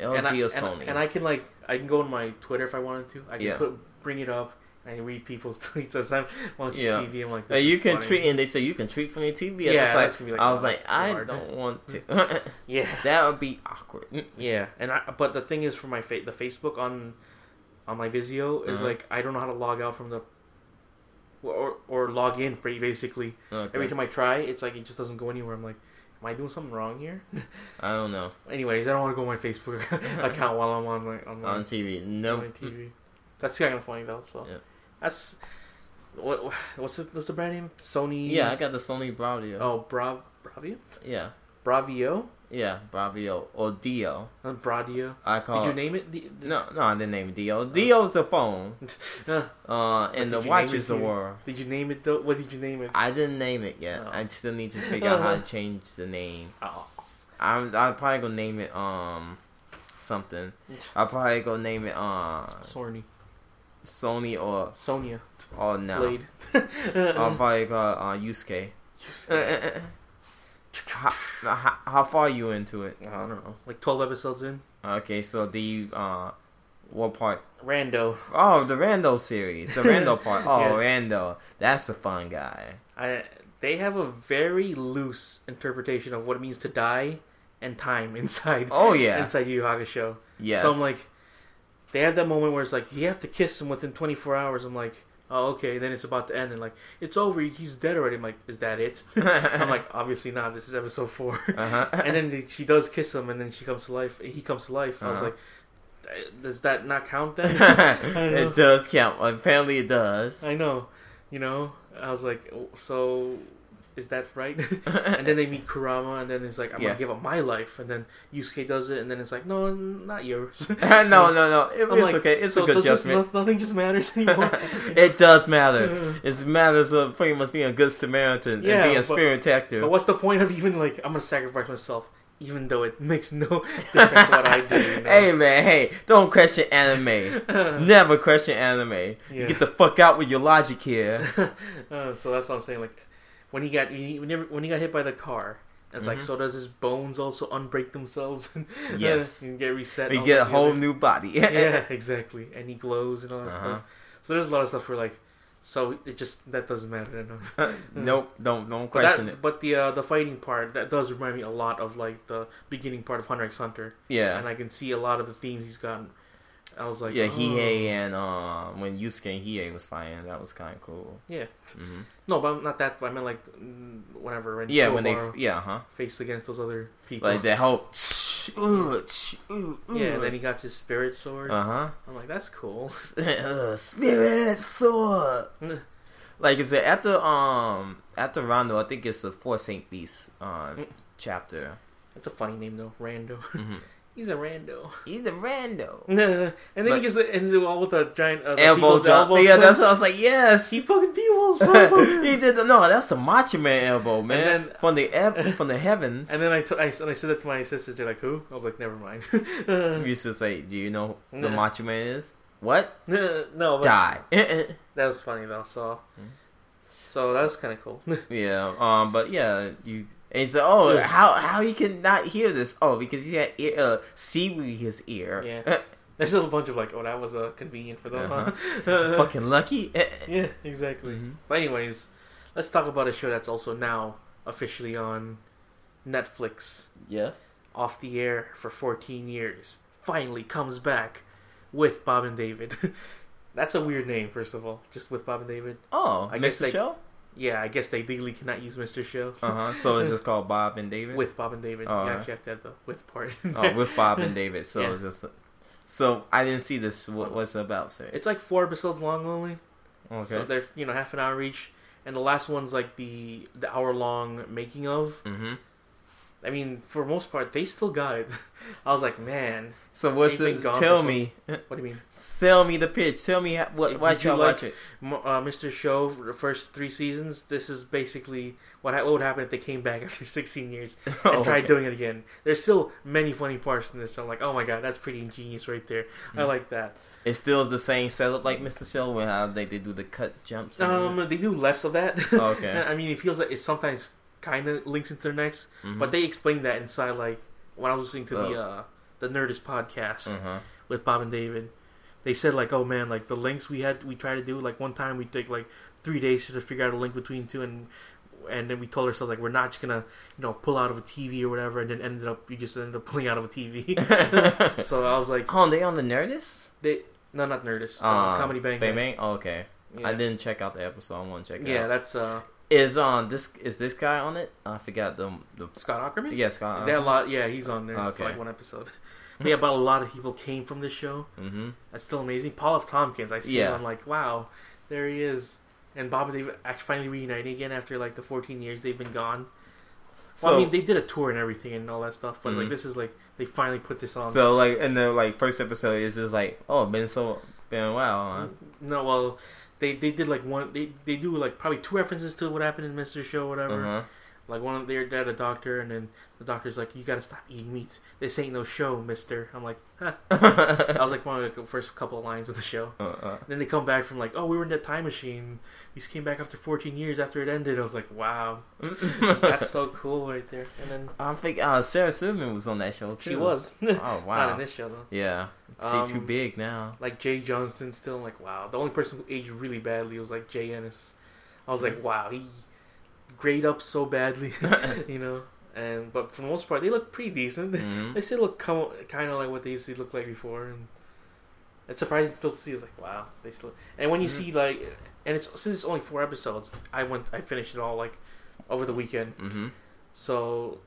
LG
and I,
or
and,
Sony.
and I can like I can go on my Twitter if I wanted to. I can
Yeah.
put bring it up. and I can read people's tweets as I'm watching
Yeah.
TV. I'm like,
Hey,
this
you
is
can
funny.
tweet, and they say you can tweet from your TV.
Yeah,
I was like-
that's gonna be like,
I was
oh,
like,
that's too
I
hard.
don't want to.
Yeah,
that would be awkward.
yeah. And I but the thing is, for my fa- the Facebook on on my Vizio is
Uh-huh.
like I don't know how to log out from the or or log in pretty basically.
Okay.
Every time I try, it's like it just doesn't go anywhere. I'm like, am I doing something wrong here?
I don't know.
Anyways, I don't want to go on my Facebook account while I'm on my on my,
On TV.
on
No.
my TV. That's kind of funny though. So
Yeah.
that's what what's the what's the brand name? Sony.
Yeah, I got the Sony Bravio.
Oh, Bra Bravio,
Yeah.
Bravio,
Yeah, Bravio. Or Dio.
Uh, Bradio.
I
Did
call
you name it? The- the-
No, no, I didn't name it Dio. Dio's the phone.
Uh,
Uh,
did
and the
you
watch
name
is
it
the
Dio?
world.
did you name it though? What did you name it?
I didn't name it yet.
Oh.
I still need to figure out how to change the name.
oh,
I'm, I'll probably gonna name it, um, something. I'll probably gonna name it, uh,
Sony,
Sony or,
Sonia,
or no.
Blade.
I'll probably call it, uh, Yusuke.
Uh,
Uh, how, how, how far are you into it?
I don't know. Like twelve episodes in.
Okay, so the uh, what part?
Rando.
Oh, the Rando series, the Rando part. Oh,
Yeah.
Rando, that's the fun guy.
I they have a very loose interpretation of what it means to die and time inside
Oh yeah,
inside Yu Yu Hakusho.
yes.
So I'm like, they have that moment where it's like you have to kiss him within 24 hours. I'm like, oh okay. Then it's about to end and like it's over. He's dead already. I'm like, is that it? I'm like, obviously not. This is episode four.
uh-huh.
and then the- she does kiss him, and then she comes to life. He comes to life. I was
Uh-huh.
like, does that not count then? know.
it does count. Apparently, it does.
I know, you know. I was like, oh, so is that right? and then they meet Kurama, and then it's like, I'm
Yeah.
gonna give up my life. And then Yusuke does it, and then it's like, no, n- not yours.
no, no, no. It, it's
I'm like,
okay. It's
so
a good
does this
judgment.
no- nothing just matters anymore.
it does matter.
Uh,
It matters of pretty much being a good Samaritan
Yeah,
and being a
but-
spirit
but
protector.
what's the point of even like I'm gonna sacrifice myself? even though it makes no difference what I do. you know?
Hey man, hey, don't question anime. Never question anime.
Yeah.
You get the fuck out with your logic here.
Uh, so that's what I'm saying. Like when he got when he, whenever- when he got hit by the car, it's
Mm-hmm.
like so does his bones also unbreak themselves? and, uh,
Yes.
and get reset.
We
all
get a
together?
whole new body.
yeah, exactly. And he glows and all that
Uh-huh.
stuff. So there's a lot of stuff where like, so it just that doesn't matter enough.
nope, don't
But,
don't question
that,
it.
but the uh, the fighting part that does remind me a lot of like the beginning part of Hunter X Hunter,
Yeah,
and I can see a lot of the themes he's gotten. I was like,
yeah.
oh.
Hiei and uh, when Yusuke and Hiei was fighting, that was kind of cool.
yeah,
hmm
no, but not that. But I meant like mm, whenever when
Yeah, when they
Kurobaro
yeah, huh?
faced against those other people,
Like that whole.
yeah, and then he got his spirit sword.
Uh huh.
I'm like, that's cool.
Ugh, Uh, Spirit sword. like I said, after um after Rondo, I think it's the fourth Saint Beast um
Mm.
chapter.
That's a funny name though, Rando.
Mhm.
he's a Rando.
He's a Rando.
and then he
But-
gets the, ends it all with a giant uh, the
Elbow
people's
drop.
elbow
Yeah,
drop.
that's what I was like. Yes.
he fucking people's elbow.
he did the, no. That's the Macho Man elbow, man.
then-
from the ev- from the heavens.
And then I, t- I, and I said that to my sisters. They're like, "Who?" I was like, "Never mind."
you should say, "Do you know who the
Yeah.
Macho Man is?" What?
no, but
Die.
that was funny though. So,
Hmm.
so that was kind of cool.
Yeah, um, but yeah, you. And he's like, oh,
Yeah.
how how he can not hear this? Oh, because he had ear, uh, seaweed in his ear.
Yeah. There's still a bunch of like, "Oh, that was uh, convenient for them."
Uh-huh.
huh?"
fucking lucky.
yeah, exactly.
Mhm.
But anyways, let's talk about a show that's also now officially on Netflix,
yes.
off the air for 14 years. Finally comes back with Bob and David. that's a weird name, first of all. Just with Bob and David.
Oh,
I
I
guess
missed the
they-
show.
Yeah, I guess they legally cannot use Mr. Show.
Uh huh. So it's just called Bob and David.
With Bob and David.
Oh,
you
alright.
actually have to have the with part.
oh, with Bob and David. So it's just. So I didn't see this. What what's it about, sir?
It's like four episodes long only.
Okay.
So they're, you know, half an hour each. And the last one's like the the hour long making of.
mm-hmm.
I mean, for most part, they still got it. I was like, man,
So what's
They've been
the?
gone for
Tell
so-
me.
what do you mean?
Sell me the pitch. Tell me how,
Did
what why
you
should I
like-
watch it?
Mo- Uh, Mr. Show, the first three seasons, this is basically what, ha- what would happen if they came back after 16 years and
Oh,
tried
okay.
doing it again. There's still many funny parts in this. I'm like, oh my god, that's pretty ingenious right there.
Mm-hmm.
I like that.
It still is the same setup like Mr. Show when how they, they do the cut jumps. and-
Um, they do less of that.
Okay.
I mean, it feels like it sometimes kind of links into their next, but they explain that inside. Like when I was listening to the
Mm-hmm. Oh.
uh, the Nerdist podcast
Uh-huh.
with Bob and David, they said like, "Oh man, like the links we had, we tried to do like one time we take like three days to figure out a link between two and." And then we told ourselves like we're not just gonna you know pull out of a TV or whatever, and then ended up you just ended up pulling out of a TV. so I was like,
Oh, they on the Nerdist?
they no not Nerdist, uh,
Um,
Comedy Bang
Bang
Bang.
Oh, okay. I
Yeah.
didn't check out the episode. I want to check it
Yeah,
out.
that's uh,
Is um this is this guy on it? I forgot the the uh,
Scott Ackerman.
yeah Scott.
They had a lot, yeah, he's on there for
Uh-huh. Okay.
like one episode. But yeah, but a lot of people came from this show.
Mm-hmm.
That's still amazing. Paul F. Tompkins, I see
Yeah.
him. I'm like, wow, there he is. And Bob and Dave actually finally reuniting again after like the 14 years they've been gone. Well,
So-
I mean, they did a tour and everything and all that stuff, but like
Mhm.
this is like they finally put this on.
So like in the like first episode, it's just like oh been so been a while. Huh?
no, well, they they did like one. They they do like probably two references to what happened in Mister Show, whatever.
Uh-huh.
Like one of they're at a doctor, and then the doctor's like, "You gotta stop eating meat. This ain't no show, Mister." I'm like, huh. that was like one of the first couple of lines of the show.
Uh-uh.
Then they come back from like, "Oh, we were in that time machine. We just came back after 14 years after it ended." I was like, "Wow, that's so cool right there." And then
I think uh, Sarah Silverman was on that show too.
she was
Oh
not in
wow.
this show though.
Yeah, she's
Um,
too big now.
Like Jay Johnston, still I'm like, wow. The only person who aged really badly was like Jay Ennis. I was like, wow, he grayed up so badly, you know. And but for the most part, they look pretty decent.
Mhm.
They still look com- kind of like what they used to look like before, and it's surprising still to see. It's like wow, they still. And when you see like, and it's since it's only four episodes, I went, I finished it all like over the weekend.
Mm-hmm.
So,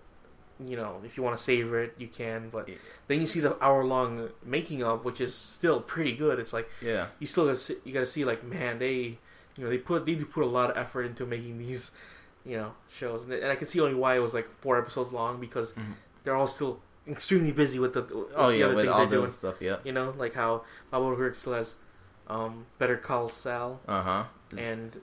you know, if you want to savor it, you can. But
Yeah.
then you see the hour long making of, which is still pretty good. It's like
Yeah.
you still gotta see, you gotta see like man they you know they put they do put a lot of effort into making these you know shows and, and I can see only why it was like four episodes long because
Mhm.
they're all still extremely busy with the with
Oh
the
yeah,
other
with
things
all
they're
those
doing
stuff. Yeah.
you know like how Bob Odenkirk still has um, Better Call Sal
Uh huh.
and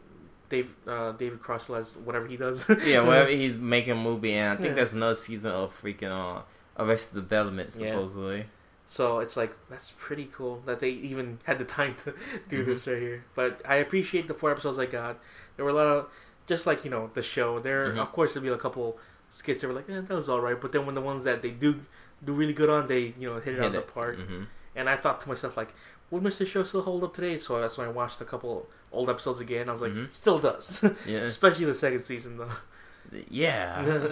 Dave uh, David Cross as whatever he does.
yeah, whenever he's making a movie, and I think
Yeah.
that's another season of freaking uh, Arrested Development,
Yeah.
supposedly.
So it's like that's pretty cool that they even had the time to
Mm-hmm.
do this right here. But I appreciate the four episodes I got. There were a lot of just like you know the show. There
Mhm.
of course there'll be a couple skits that were like eh, that was all right, but then when the ones that they do do really good on, they you know hit it out of the park.
hmm
And I thought to myself like, would Mr. Show still hold up today? So that's when I watched a couple old episodes again. I was like,
Mhm.
still does,
Yeah,
especially the second season though.
yeah.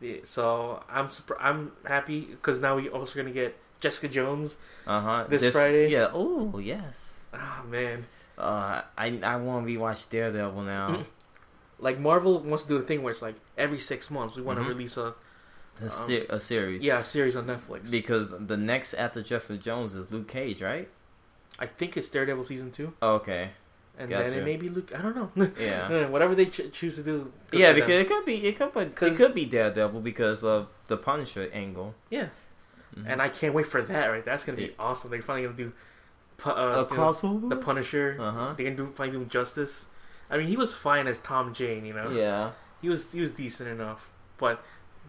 Yeah, so I'm surpr- I'm happy because now we also gonna get Jessica Jones.
uh huh.
This Friday?
Yeah. Oh yes.
Ah man,
Uh, I I want to rewatch Daredevil now.
like Marvel wants to do the thing where it's like every six months we want
Mhm.
to release a
a, se- a series.
Um, yeah a series on Netflix.
Because the next after Justin Jones is Luke Cage, right?
I think it's Daredevil season two,
Okay.
and then
Gotcha.
it may be Luke. I don't know.
Yeah.
whatever they ch- choose to do. good
yeah,
for them.
because it could be it could be, it
'Cause-
could be Daredevil because of the Punisher angle.
yeah,
Mhm.
and I can't wait for that. Right, that's gonna be
Yeah.
awesome. They're finally gonna do pu- uh,
a
you know,
crossover.
the Punisher.
Uh-huh.
They can do finally do him justice. I mean, he was fine as Tom Jane. You know,
Yeah.
he was he was decent enough, but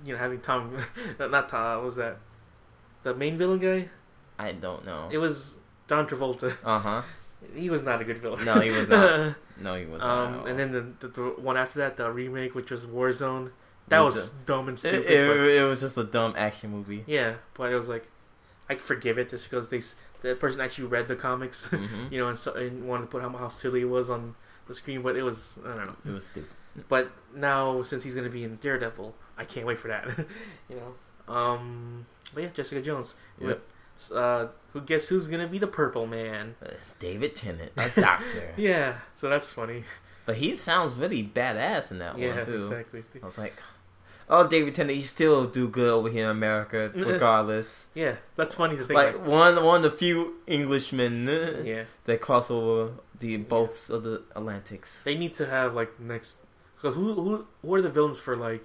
you know having Tom, not Tom, what was that the main villain guy?
I don't know.
It was Don Travolta.
Uh huh.
He was not a good villain.
No, he was not. No, he wasn't. at
um,
all.
and then the, the, the one after that, the remake, which was Warzone, that was,
Was
dumb and
it,
stupid.
it- it was just a dumb action movie.
but, yeah, but it was like I could forgive it just because they s- the person actually read the comics,
Mhm.
you know, and, so, and wanted to put how, how silly it was on the screen. But it was I don't know.
It was stupid.
But now since he's gonna be in Daredevil, I can't wait for that. you know. Um, but yeah, Jessica Jones.
Yep.
With, uh, who guess who's gonna be the Purple Man?
Uh, David Tennant, a doctor,
Yeah, so that's funny.
but he sounds really badass in that
yeah,
one too.
exactly.
I was like, oh, David Tennant, you still do good over here in America, regardless.
Yeah, that's funny to think.
like
about.
one one of the few Englishmen uh,
yeah,
that cross over the both of the Atlantics.
they need to have like next. Because who who who are the villains for like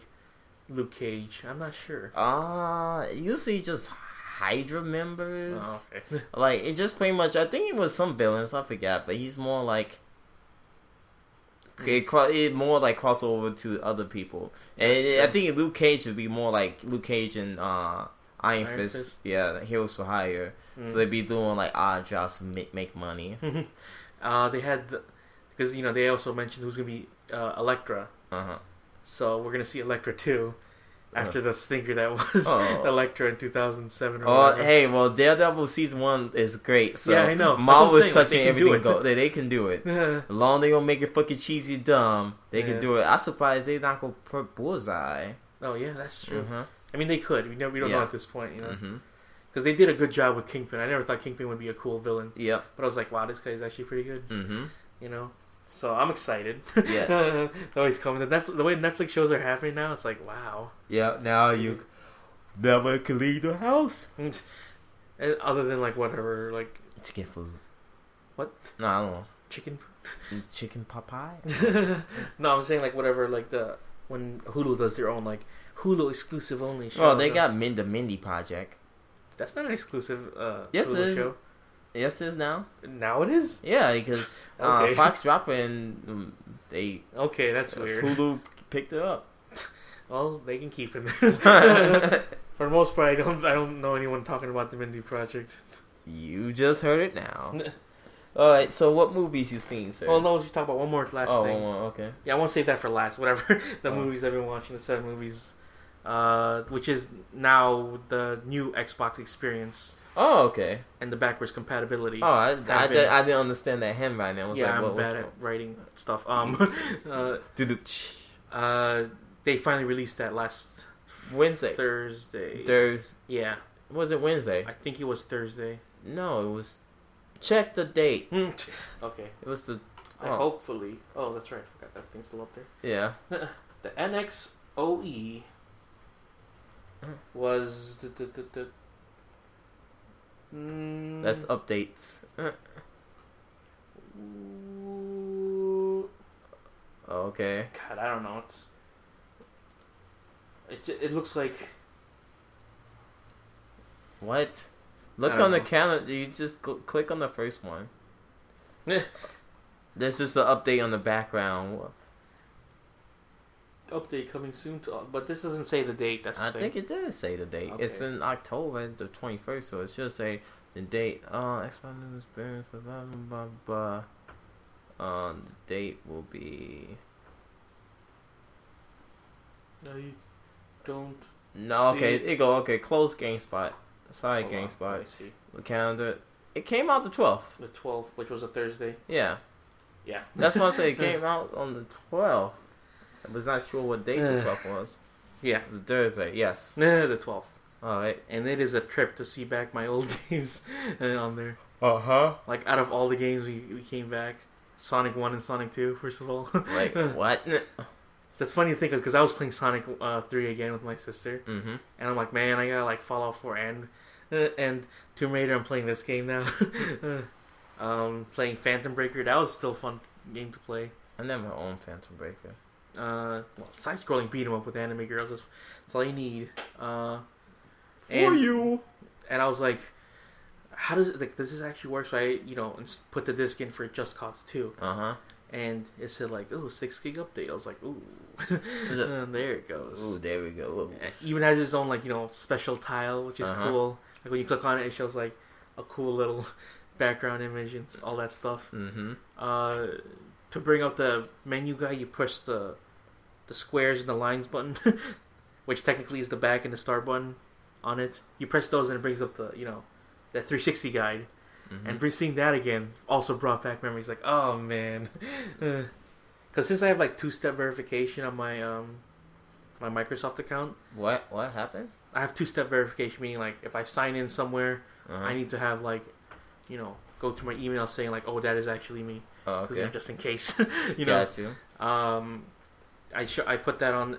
Luke Cage? I'm not sure.
Uh usually just Hydra members.
Oh, okay.
Like it just pretty much. I think it was some villains. I forgot, but he's more like.
Hmm.
It, cro- it more like cross over to other people, and
That's
it- I
true.
think Luke Cage would be more like Luke Cage and uh,
Iron
Iron, Fist.
Fist.
yeah, Heroes for Hire.
Mm.
So they'd be doing like odd jobs to make make money.
uh, they had because you know they also mentioned who's gonna be uh, Electra.
Uh huh.
So we're gonna see Electra too, after the stinker that was
Uh. Oh.
Electra in 2007. Or
Oh,
whatever.
hey, well, Daredevil season one is great. So
Yeah, I know. That's
Marvel
what I'm
is
saying, like,
touching
they can do
everything.
it.
Go, they, they can do it. As long they don't make it fucking cheesy dumb, they can
Yeah.
do it. I'm surprised they not gonna put Bullseye.
oh yeah, that's true.
Mhm.
I mean, they could. We know we don't know
Yeah.
at this point, you know, because
Mhm.
they did a good job with Kingpin. I never thought Kingpin would be a cool villain,
Yep.
but I was like, wow, this guy's actually pretty good.
Mhm.
you know. So I'm excited.
Yes.
the way it's coming. The, Netflix, the way Netflix shows are happening now, it's like wow.
Yep. Now you never can leave the house
And Eh, other than like whatever, like
to get food.
What?
No, I don't know.
chicken.
Chicken Popeye. Mm.
No, I'm saying like whatever, like the when Hulu does their own like Hulu exclusive only. show.
Oh, they got Min- the Mindy Project.
that's not an exclusive. Uh,
Yes,
Hulu
it is.
show.
Yes, it is now.
Now it is.
Yeah, because
Okay.
uh, Fox dropping um, they uh,
Okay, that's weird.
Hulu picked it up.
Well, they can keep him. For the most part, I don't. I don't know anyone talking about the Mindy Project.
You just heard it now. All right. So, what movies you seen, sir?
Well, no, we should talk about one more last
oh,
thing.
one more, okay.
Yeah, I want to save that for last. Whatever the
Oh.
movies I've been watching, the seven movies, uh, which is now the new Xbox experience
Oh, okay.
and the backwards compatibility.
Oh, I, I,
been-
did, I didn't understand that hand right now. I was
yeah,
like,
I'm
what
bad
was
at writing stuff. Um, uh,
Doo-doo-ch.
uh, they finally released that last
Wednesday.
Thursday.
Thursday.
yeah,
Was it Wednesday?
I think it was Thursday.
No, it was. Check the date.
okay,
It was the.
I
Oh.
hopefully. Oh, that's right. I forgot that thing's still up there.
Yeah.
The NXOE E
Mm.
was the, the, the, the Mm,
That's updates. Uh,
ooh,
Okay.
God, I don't know. It's it, ju- it looks like
What? Look
don't
on the
know.
calendar. You just cl- click on the first one.
Eh.
There's just an update on the background.
update coming soon, to, but this doesn't say the date. That's the
I
thing.
think it did say the date. It's
Okay.
in October the 21st, so it should say the date. Uh, Xbox New Experience, blah, blah, blah, blah, blah. Um, the date will be.
no, you don't.
No, okay,
See-
it go. Okay, close GameSpot. Sorry,
hold on, let
GameSpot.
me see.
The calendar. It came out the 12th.
The 12th, which was a Thursday.
Yeah.
Yeah.
That's why I say it came out on the 12th. I was not sure what date the 12th was.
Yeah.
It was a Thursday, yes.
Nah, the 12th.
Alright.
And it is a trip to see back my old games uh, on there.
Uh huh.
Like, out of all the games we, we came back, Sonic 1 and Sonic 2, first of all.
Like, what?
That's funny to think of because I was playing Sonic uh, 3 again with my sister.
Mm hmm.
And I'm like, man, I gotta, like, Fallout 4 and, uh, and Tomb Raider. I'm playing this game now. Uh, um, playing Phantom Breaker. That was still a fun game to play.
I never own Phantom Breaker.
uh, well, side scrolling beat 'em up with anime girls. That's, that's all you need. Uh, and,
you.
And I was like, how does it, like does this actually work? So I you know ins- put the disc in for Just Cause Two,
Uh huh.
and it said like oh six gig update. I was like ooh,
The-
and Uh, there it goes.
Ooh, there we go. Ooh.
It Even has its own like you know special tile, which is
Uh-huh.
cool. Like when you click on it, it shows like a cool little background image and s- all that stuff.
Mm-hmm.
Uh, to bring up the menu guy, you push the the squares and the lines button, which technically is the back and the start button on it. You press those and it brings up the you know that 360 guide.
Mm-hmm.
And re seeing that again also brought back memories. Like, oh man, because since I have like two step verification on my um my Microsoft account,
What? What happened?
I have two step verification meaning like if I sign in somewhere,
Uh-huh.
I need to have like you know go through my email saying like, oh that is actually me
Oh,
because
okay.
just in case, you know.
Got you.
Um, I sh- I put that on,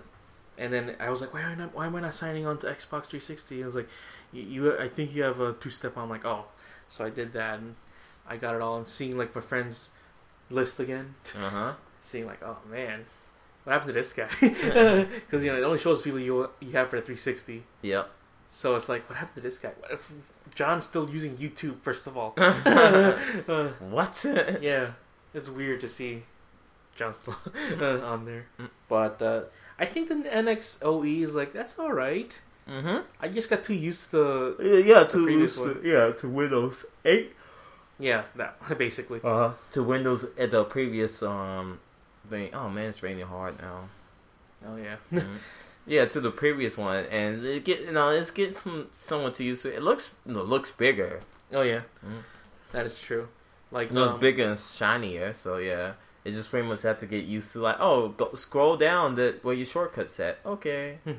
and then I was like, why am I not, why am I not signing on to Xbox 360? And it was like, you, you I think you have a two step. I'm like, oh, so I did that, and I got it all, and seeing like my friends list again,
Uh huh.
seeing like, oh man, what happened to this guy? Because you know it only shows people you you have for the 360.
Yep.
So it's like, what happened to this guy? What if John's still using YouTube? First of all, Uh,
What?
yeah, it's weird to see John Still uh, on there. But uh, I think the NXOE E is like that's all right.
mm-hmm.
I just got too used to
Yeah, yeah
to previous Windows-
yeah, to Windows eight.
yeah that basically.
Uh huh. To Windows at the previous um thing. Oh man, it's raining hard now. Mm-hmm.
Oh yeah,
Yeah, to the previous one, and it get you know, it's getting some someone to use it. It looks it looks bigger.
oh yeah,
Mm.
that is true. Like
It looks
um,
bigger and shinier. So yeah, it just pretty much had to get used to like oh go, scroll down that where your shortcuts at. Okay.
Hmm.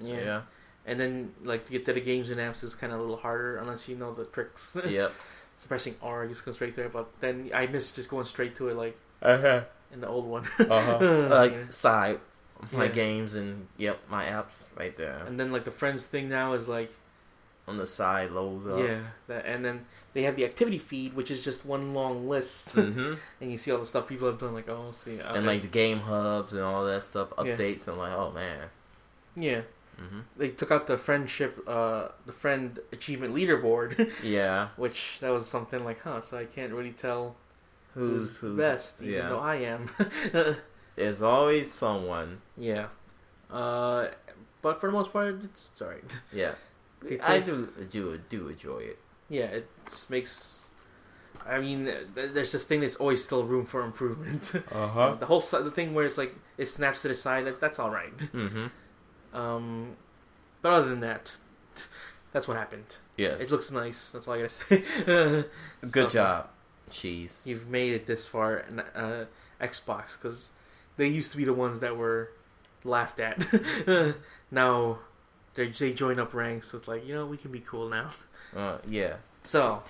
Yeah.
yeah.
and then like to get to the games and apps is kind of a little harder unless you know the tricks.
Yep.
so pressing R just goes straight there, but then I miss just going straight to it like
Uh huh.
in the old one.
like
Uh-huh. Yeah.
side my
Yeah.
games and yep my apps right there
and then like the friends thing now is like
on the side loads up.
Yeah, that, and then they have the activity feed, which is just one long list,
hmm
and you see all the stuff people have done. Like, oh, see, okay.
And like the game hubs and all that stuff,
Yeah.
updates. I'm like, oh man.
yeah,
hmm
they took out the friendship, uh, the friend achievement leaderboard,
Yeah.
which that was something like, huh? So I can't really tell
Who's who's
best, even though
Yeah.
I am.
There's always someone.
yeah, uh, but for the most part, it's, it's alright.
Yeah.
They
I
take-
do do do enjoy it.
Yeah, it just makes. I mean, th- there's this thing that's always still room for improvement.
Uh
the whole si- the thing where it's like it snaps to the side, that, that's all right.
Mm-hmm.
Um, but other than that, that's what happened.
Yes.
It looks nice. That's all I gotta say.
good
So,
job. Cheese.
You've made it this far, and uh, Xbox, because they used to be the ones that were laughed at. now they they join up ranks with like you know we can be cool now.
Uh, yeah.
So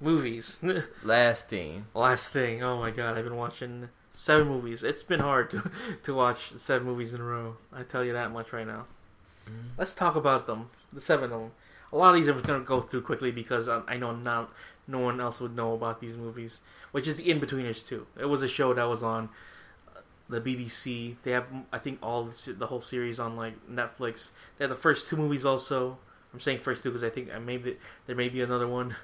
movies.
Last thing.
Last thing. Oh my god, I've been watching seven movies. It's been hard to to watch seven movies in a row. I tell you that much right now. Let's talk about them. The seven of them. A lot of these I'm just gonna go through quickly because I, I know not no one else would know about these movies, which is the In Betweeners too. It was a show that was on uh, the BBC. They have I think all the, se- the whole series on like Netflix. They have the first two movies also. I'm saying first two because I think I maybe there may be another one.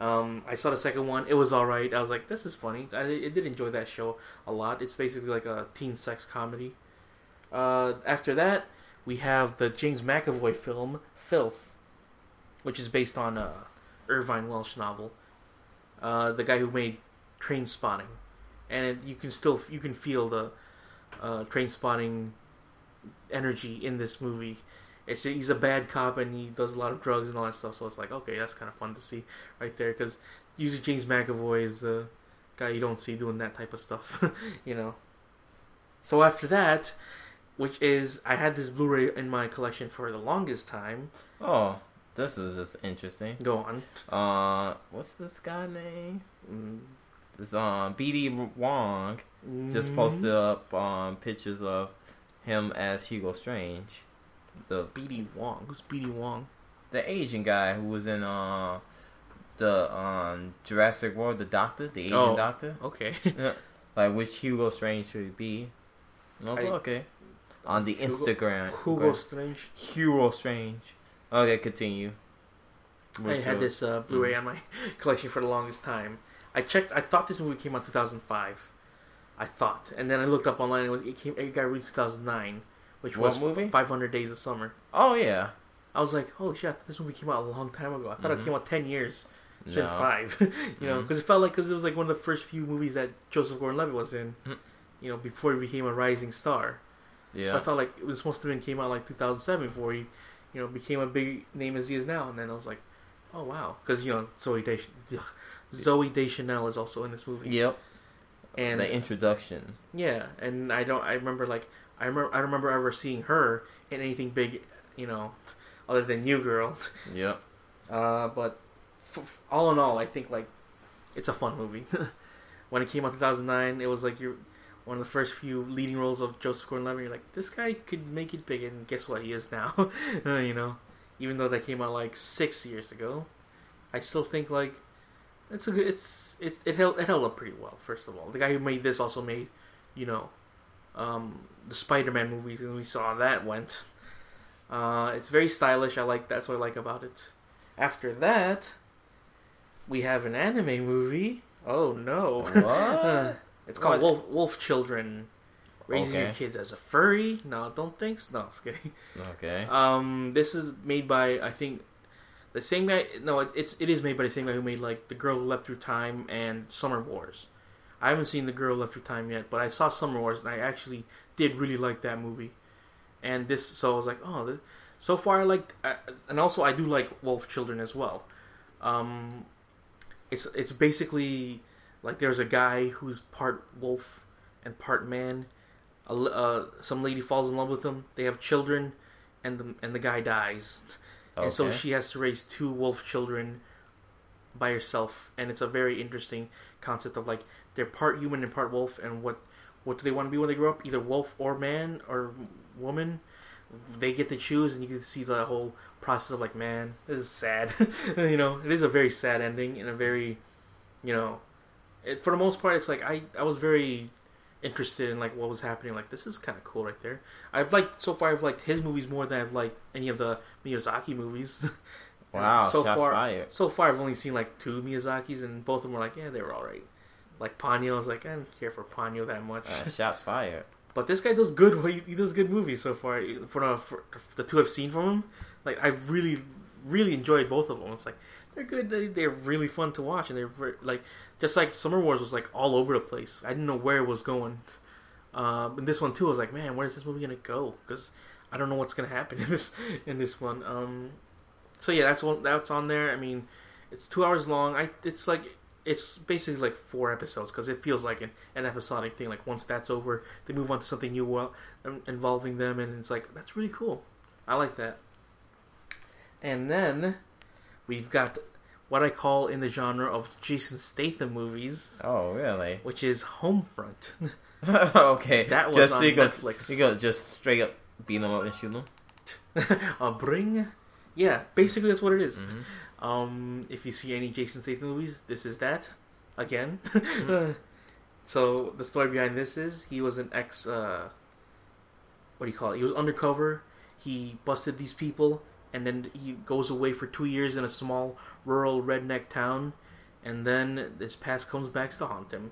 Um, I saw the second one. It was all right. I was like, this is funny. I, I did enjoy that show a lot. It's basically like a teen sex comedy. Uh, after that, we have the James McAvoy film Filth, which is based on a Irvine Welsh novel. Uh, the guy who made Train Spotting, and it, you can still you can feel the uh, Train Spotting energy in this movie. It's he's a bad cop and he does a lot of drugs and all that stuff. So it's like okay, that's kind of fun to see right there because usually James McAvoy is the guy you don't see doing that type of stuff, you know. So after that, which is I had this Blu-ray in my collection for the longest time.
Oh, this is just interesting.
Go on.
Uh, what's this guy name?
Mm,
This um BD Wong just
Mhm.
posted up um pictures of him as Hugo Strange, the
BD Wong. Who's BD Wong?
the Asian guy who was in uh the um Jurassic World, the Doctor, the Asian
Oh.
Doctor,
Okay.
like which Hugo Strange should be. And I was
I-
like, okay. On the
Hugo-
Instagram,
Hugo Strange.
Hugo Strange. Okay, continue.
I
What's
had
yours?
this uh, Blu-ray on my collection for the longest time. I checked. I thought this movie came out 2005. I thought, and then I looked up online. and It came. It got released 2009, which
What
was
movie?
500 Days of Summer.
Oh yeah.
I was like, holy shit! I thought this movie came out a long time ago. I thought it
Mhm.
came out 10 years. It's been
No.
five, you know,
Mhm.
because it felt like because it was like one of the first few movies that Joseph Gordon-Levitt was in,
Mm.
you know, before he became a rising star.
Yeah.
So I thought like it was supposed to have been came out like 2007 before he, you know, became a big name as he is now. And then I was like, oh wow, because you know Zoe De- ugh, Zoe Deschanel is also in this movie.
Yep.
and
the introduction.
yeah, and I don't. I remember like I remember I don't remember ever seeing her in anything big, you know, other than New Girl.
Yep.
Uh, but f- f- all in all, I think like it's a fun movie. when it came out 2009, it was like you're one of the first few leading roles of Joseph Gordon-Levitt. You're like, this guy could make it big, and guess what? He is now. you know, even though that came out like six years ago, I still think like it's a good. It's it it held it held up pretty well. First of all, the guy who made this also made, you know, um, the Spider-Man movies, and we saw how that went. Uh, it's very stylish. I like that's what I like about it. After that, we have an anime movie. Oh no!
What?
it's called
What?
Wolf Wolf Children. Raising your
Okay.
kids as a furry? No, don't think. So. No, I'm just kidding.
okay.
Um, this is made by I think the same guy. No, it, it's it is made by the same guy who made like The Girl Who Leapt Through Time and Summer Wars. I haven't seen The Girl Who Leapt Through Time yet, but I saw Summer Wars and I actually did really like that movie. And this, so I was like, oh, th- so far I liked, I, and also I do like Wolf Children as well. Um, it's it's basically like there's a guy who's part wolf and part man. A l uh, some lady falls in love with him. They have children, and the and the guy dies, and so
Okay.
she has to raise two wolf children by herself. And it's a very interesting concept of like they're part human and part wolf, and what what do they want to be when they grow up? Either wolf or man or woman. They get to choose, and you can see the whole process of like, man, this is sad. you know, it is a very sad ending and a very, you know, it, for the most part, it's like I I was very interested in like what was happening. Like this is kind of cool right there. I've liked so far. I've liked his movies more than I've liked any of the Miyazaki movies.
Wow,
so
shots
far,
fired.
so far I've only seen like two Miyazakis, and both of them were like, yeah, they were all right. Like Ponyo, I was like, I don't care for Ponyo that much.
Uh, shots fired.
But this guy does good. He, he does good movies so far. e, For the, for the two I've seen from him, like I've really, really enjoyed both of them. It's like they're good. They, they're really fun to watch, and they're ver- like just like Summer Wars was like all over the place. I didn't know where it was going. Uh, and this one too, I was like, man, where is this movie gonna go? Because I don't know what's gonna happen in this in this one. Um, so yeah, that's one that's on there. I mean, it's two hours long. I it's like it's basically like four episodes because it feels like an, an episodic thing. Like once that's over, they move on to something new well, um, involving them, and it's like that's really cool. I like that. And then we've got what I call in the genre of Jason Statham movies,
Oh, really?
which is Homefront.
okay.
That was
just
on
so you could-
Netflix.
You go just straight up beat them up and shoot them.
uh, bring, yeah, basically that's what it is. Um, if you see any Jason Statham movies, this is that again. so the story behind this is he was an ex. Uh, what do you call it? He was undercover. He busted these people, and then he goes away for two years in a small rural redneck town, and then this past comes back to haunt him,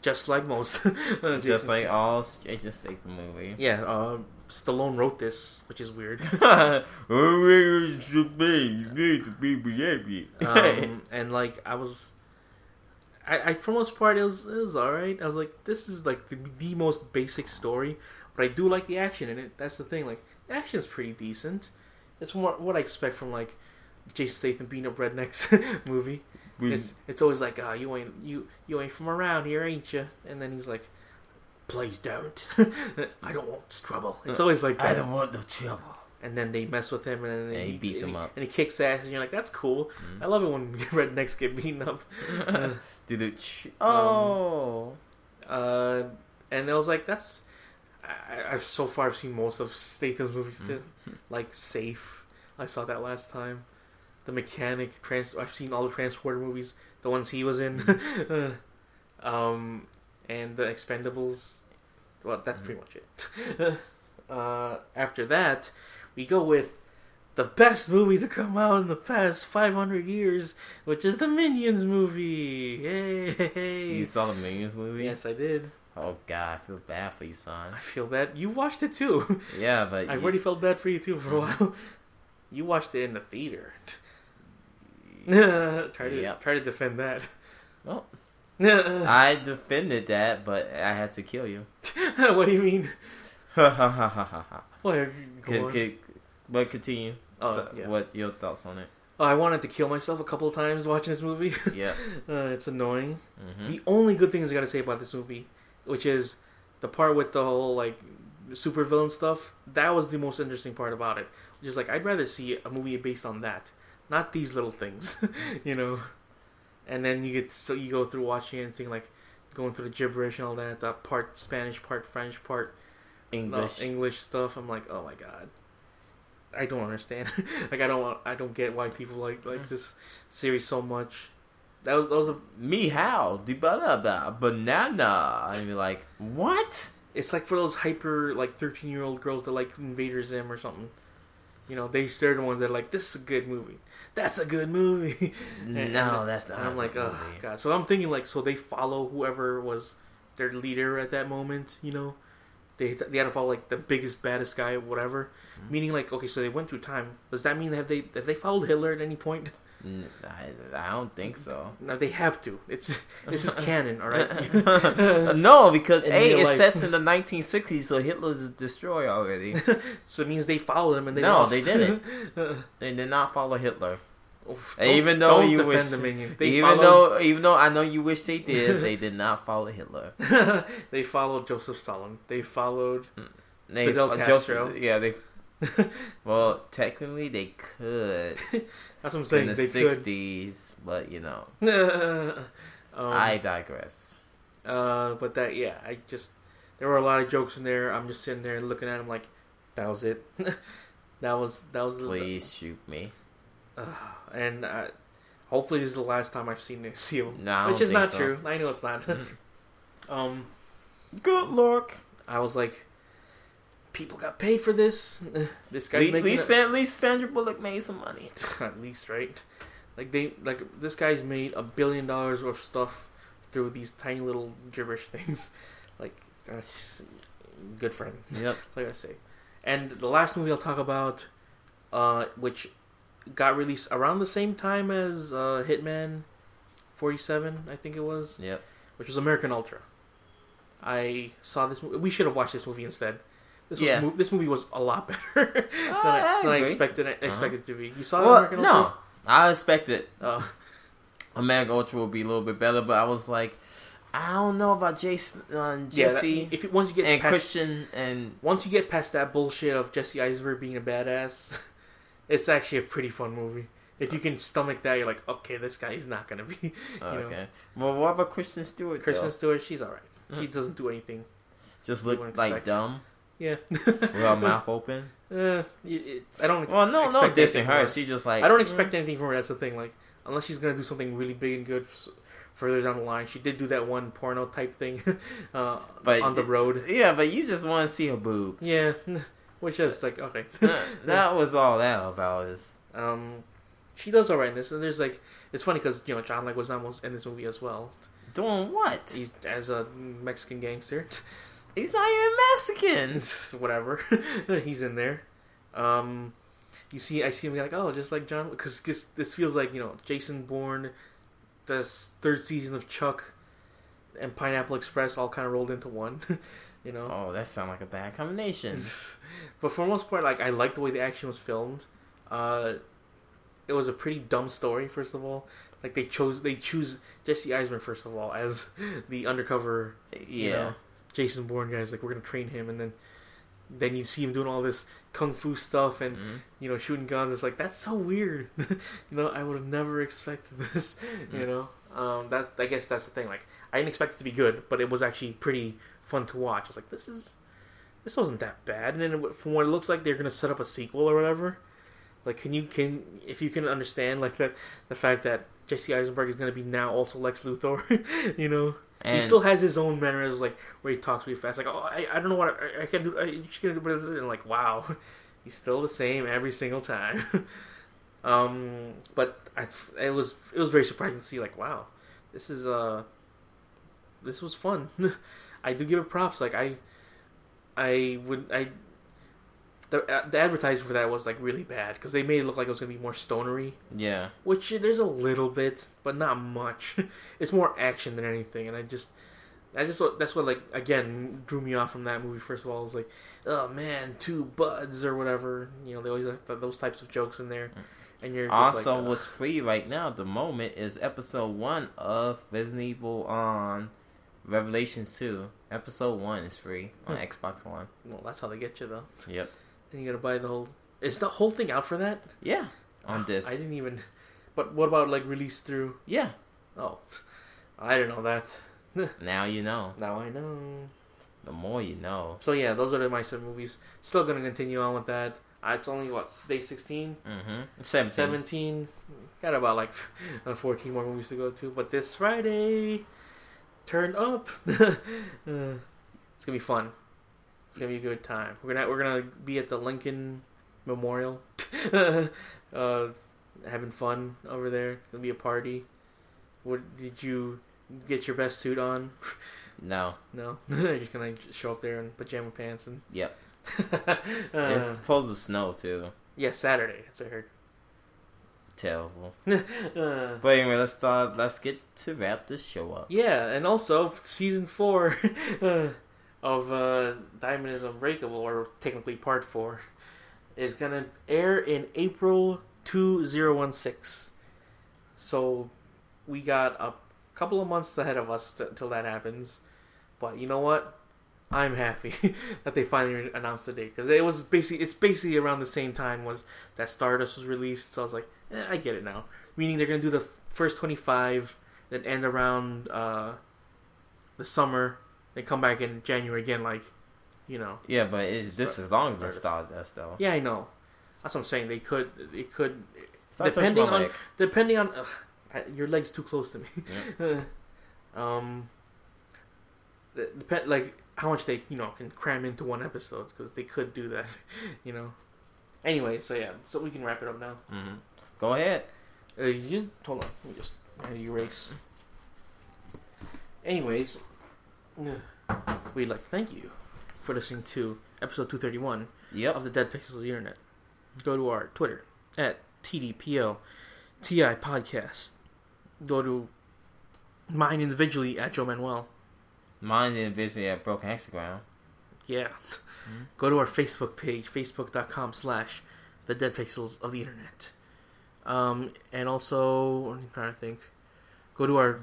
just like most.
Just
Jason
like all straight just take the movie.
yeah, uh, Stallone wrote this, which is weird.
you need to be behavior.
Um, and like I was, I, I for the most part it was it was all right. I was like, this is like the, the most basic story, but I do like the action in it. That's the thing. Like the action is pretty decent. It's more what I expect from like Jason Statham being a rednecks movie.
We-
It's it's always like, ah, you ain't you you ain't from around here, ain't you? And then he's like, please don't. I don't want trouble. It's always like
I
that.
don't want no trouble.
And then they mess with him, and then
And he beats
and
him up. Mm-hmm.
and he kicks ass, and you're like, that's cool. I love it when rednecks get beaten up.
Did it? Ch-
Um,
oh,
Uh, and I was like, that's. I, I've so far I've seen most of Statham's movies too, like Safe. I saw that last time. The Mechanic. Trans. I've seen all the Transporter movies, the ones he was in. um, and the Expendables. Well, that's pretty much it. uh, after that, we go with the best movie to come out in the past 500 years, which is the Minions movie. Yay!
you saw the Minions movie?
Yes, I did.
Oh God, I feel bad for you, son.
I feel bad. You watched it too.
Yeah, but
I've
you-
already felt bad for you too for a
Mm-hmm.
while. You watched it in the theater. try to
Yep.
try to defend that.
Well,
what
I defended that, but I had to kill you.
do you mean?
could,
What? Go on.
could, but continue.
Oh,
So,
yeah.
What your thoughts on it?
Oh, I wanted to kill myself a couple of times watching this movie.
Yeah.
uh, it's annoying.
Mm-hmm.
The only good things I gotta say about this movie, which is the part with the whole like supervillain stuff, that was the most interesting part about it. Just like I'd rather see a movie based on that, not these little things, you know. And then you get so you go through watching it and seeing like going through the gibberish and all that, that part Spanish, part French, part no,
English.
English stuff. I'm like, oh my god, I don't understand. like I don't I don't get why people like like this series so much. That was that was the
Me how? Di ba da da banana. I'd be like, what?
It's like for those hyper like thirteen year old girls that like Invader Zim or something. You know, they they're the ones that are like this is a good movie. That's a good movie. And- and-
no, that's not.
and I'm like,
the
oh
movie."
god. So I'm thinking like, so they follow whoever was their leader at that moment. You know, they they had to follow like the biggest baddest guy, whatever.
Mm-hmm.
Meaning like, okay, so they went through time. Does that mean have they have they followed Hitler at any point?
N- I, I don't think so.
No, they have to. It's this is canon, all right.
no, because
In
a
real
it
life.
sets in the 1960s, so Hitler's destroyed already.
so it means they followed him and they
No,
lost.
they didn't. They did not follow Hitler.
Oof,
And
don't-
even though
don't
you
defend
wish,
the minions, they
even
follow,
though even though I know you wish they did, they did not follow Hitler.
they followed Joseph Stalin. They followed.
They,
Fidel
uh, just-
Castro.
yeah, they. well, technically they could
That's what I'm
in
saying.
the
they
'60s, but you know,
could. um,
I digress.
Uh, but that yeah, I just there were a lot of jokes in there. I'm just sitting there and looking at them like, that was it. that was that was. the-
Please shoot me.
Ugh, and uh, hopefully this is the last time I've seen this seal,
No, I
which
don't
is not
think so.
true. I know it's not. um,
Good luck.
I was like, people got paid for this. This
At
guy's making.
least,
a-
at least Sandra Bullock made some money.
at least right like they like this guy's made a billion dollars worth of stuff through these tiny little gibberish things like that's good for him
Yep.
that's all i gotta say and the last movie i'll talk about uh which got released around the same time as uh hitman 47 i think it was
Yep.
which was american ultra i saw this movie we should have watched this movie instead this was
Yeah. Uh,
mo- this movie was a lot better than, I,
I
than I
agree. Uh-huh.
expected expected it to be you saw
Well,
american ultra
no, I expected
Oh,
American Ultra would be a little bit better, but I was like, I don't know about Jason, uh,
yeah. that-
Jesse,
if you, once you get
and
past,
Christian, and
once you get past that bullshit of Jesse Eisenberg being a badass, it's actually a pretty fun movie. If you can stomach that, you're like, okay, this guy is not gonna be.
Oh,
You know.
okay. Well, what about Christian Stewart?
Kristen
though?
Stewart, she's all right. She doesn't do anything.
just
you wouldn't
looked like
expect.
dumb
Yeah.
with her mouth open.
Uh, it- it's- I don't.
Well, no, no
expect
dissing
anything from
her. She just like "Mm."
I don't expect anything from her. That's the thing. Like, unless she's gonna do something really big and good f- further down the line. She did do that one porno type thing uh,
But
on the
it-
road.
Yeah, but you just want to see her boobs.
Yeah, which is like okay.
that was all that about. Is
Um, she does all right in this, and there's like it's funny because you know John Leguizamo's in this movie as well.
doing what?
He's as a Mexican gangster.
He's not even Mexican.
whatever. He's in there. Um, you see, I see him like, oh, just like John, because this feels like you know Jason Bourne, this third season of Chuck, and Pineapple Express all kind of rolled into one. you know,
Oh, that sounds like a bad combination.
but for the most part, like I liked the way the action was filmed. Uh, it was a pretty dumb story, first of all. Like they chose, they choose Jesse Eisman first of all as the undercover
yeah.
you know, Jason Bourne guys. Like we're gonna train him, and then then you see him doing all this kung fu stuff and
Mhm.
you know shooting guns. It's like that's so weird. you know, I would have never expected this. You know, um, that I guess that's the thing. Like I didn't expect it to be good, but it was actually pretty fun to watch. I was like, this is this wasn't that bad. And then it- from what it looks like, they're gonna set up a sequel or whatever. Like, can you can if you can understand like that the fact that Jesse Eisenberg is gonna be now also Lex Luthor, you know? he
And-
still has his own mannerisms, like where he talks really fast, like oh, I, I don't know what I, I can do. I, you just gonna do blah, blah, blah," and like wow, he's still the same every single time. um, but I, it was it was very surprising to see like wow, this is uh, this was fun. I do give it props. Like I, I would I. The, uh, the advertising for that was like really bad because they made it look like it was gonna be more stonery,
Yeah.
which there's a little bit, but not much. it's more action than anything, and I just, I just what that's what like again drew me off from that movie. First of all, is like, oh man, two buds or whatever. You know, they always have those types of jokes in there, and you're just
Also,
like, uh,
what's free right now at the moment is episode one of Resident Evil on Revelations 2. Episode one is free on
Hmm.
Xbox One.
well, that's how they get you though.
Yep.
Then you gotta buy the whole. Is the whole thing out for that?
Yeah. On this.
I didn't even. But what about like release through?
Yeah.
Oh, I didn't know that.
Now you know.
Now I know.
The more you know.
So yeah, those are my seven movies. Still gonna continue on with that. Uh, it's only what day sixteen.
Mm-hmm. 17.
17 got about like uh, 14 more movies to go to but this friday turn up Uh, it's gonna be fun it's gonna be a good time we're gonna we're gonna be at the lincoln memorial uh, having fun over there it'll be a party what did you get your best suit on
No.
no you're just gonna show up there in pajama pants and
Yep. it's
uh,
supposed to snow too.
yeah saturday that's what i
Terrible.
heard Uh,
But anyway, let's start. Let's get to wrap this show up.
Yeah, and also season four uh, of uh, Diamond is Unbreakable, or technically part four, is gonna air in April two zero one six. So we got a couple of months ahead of us t- till that happens. But you know what? I'm happy that they finally announced the date because it was basically it's basically around the same time was that Stardust was released. So I was like, eh, I get it now. Meaning they're gonna do the f- first twenty five, then end around uh, the summer, then come back in January again. Like, you know,
Yeah, but it's, this is longer than Stardust, though.
yeah, I know. That's what I'm saying. They could, they could,
Stardust
depending
my
on
leg.
depending on ugh, I, your legs too close to me. um, the- depend like how much they you know can cram into one episode because they could do that, you know. Anyway, so yeah, so we can wrap it up now.
Mhm. Go ahead.
Uh, you hold on. Let me just uh, erase. Anyways, uh, we'd like to thank you for listening to episode 231 of
Yep.
the Dead Pixels of the Internet. Go to our Twitter at TDPO TI Podcast. Go to mine individually at Joe Manuel.
Mine individually at Broken Hexagram.
Yeah. Go to our Facebook page, facebook.com slash the dead pixels of the internet. Um, and also, I'm trying to think. Go to our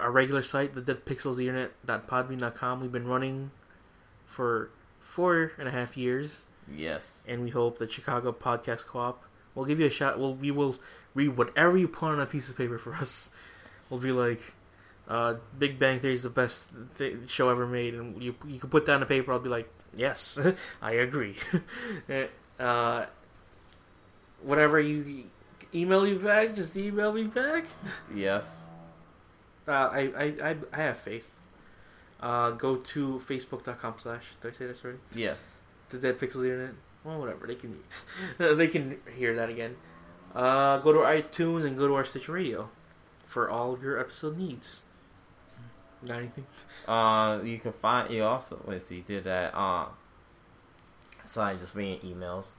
our regular site, the dead pixels of the internet.podbean.com. We've been running for four and a half years,
Yes.
and we hope that Chicago Podcast Co op will give you a shot. We'll, we will read whatever you put on a piece of paper for us. We'll be like, uh, Big Bang Theory is the best th- show ever made, and you you can put that on the paper. I'll be like, yes, I agree. uh, whatever you e-, email me back, just email me back.
Yes.
Uh, I, I I I have faith. Uh, go to facebook.com slash did I say this right?
Yeah.
The Dead Pixels of the Internet. Well, whatever they can they can hear that again. Uh, go to iTunes and go to our Stitcher Radio for all of your episode needs. Not anything.
Uh, you can find you also. Let's see, did that. Uh, sorry, just reading emails.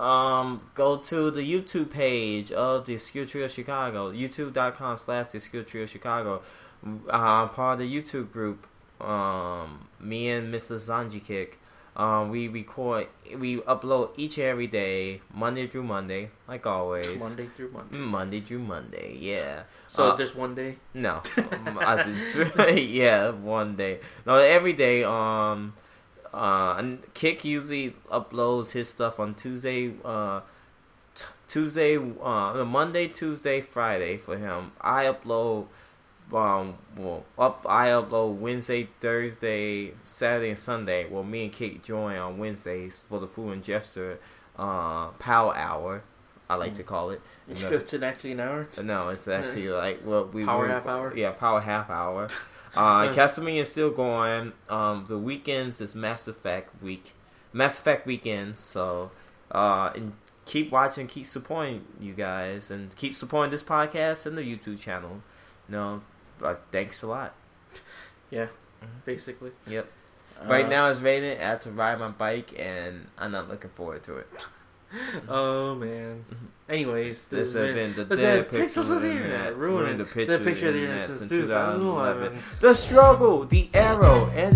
Um, go to the YouTube page of the Skill Trio Chicago, youtube.com slash the Skill Trio Chicago. Uh, I'm part of the YouTube group. Um, me and Mr. Zanji Kick. Um, we record, we upload each and every day, Monday through Monday, like always. Mm,
Monday through Monday.
Monday through Monday, yeah.
So
Uh,
there's one day.
No, Um, I said, yeah, one day. No, every day. Um, uh, and Kick usually uploads his stuff on Tuesday. Uh, t- Tuesday, uh, Monday, Tuesday, Friday for him. I upload. Um, well, up I upload Wednesday, Thursday, Saturday, and Sunday. Well, me and Kick join on Wednesdays for the Food and Gesture uh, Power Hour. I like to call it. No.
It's an actually an hour.
No, it's actually like what we
Power
we-
half hour?
Yeah, power half hour. Uh, Castlevania is still going. Um, the weekends is Mass Effect week, Mass Effect weekend. So, uh, and keep watching, keep supporting you guys, and keep supporting this podcast and the YouTube channel. No, uh, thanks a lot.
Yeah, basically.
Yep.
Uh,
right now it's raining. I have to ride my bike, and I'm not looking forward to it.
Oh man. Anyways, this, has been,
the
the dead
dead
pixels of the internet, ruined
ruined the picture,
the picture of the internet since 2011.
The struggle, the arrow, and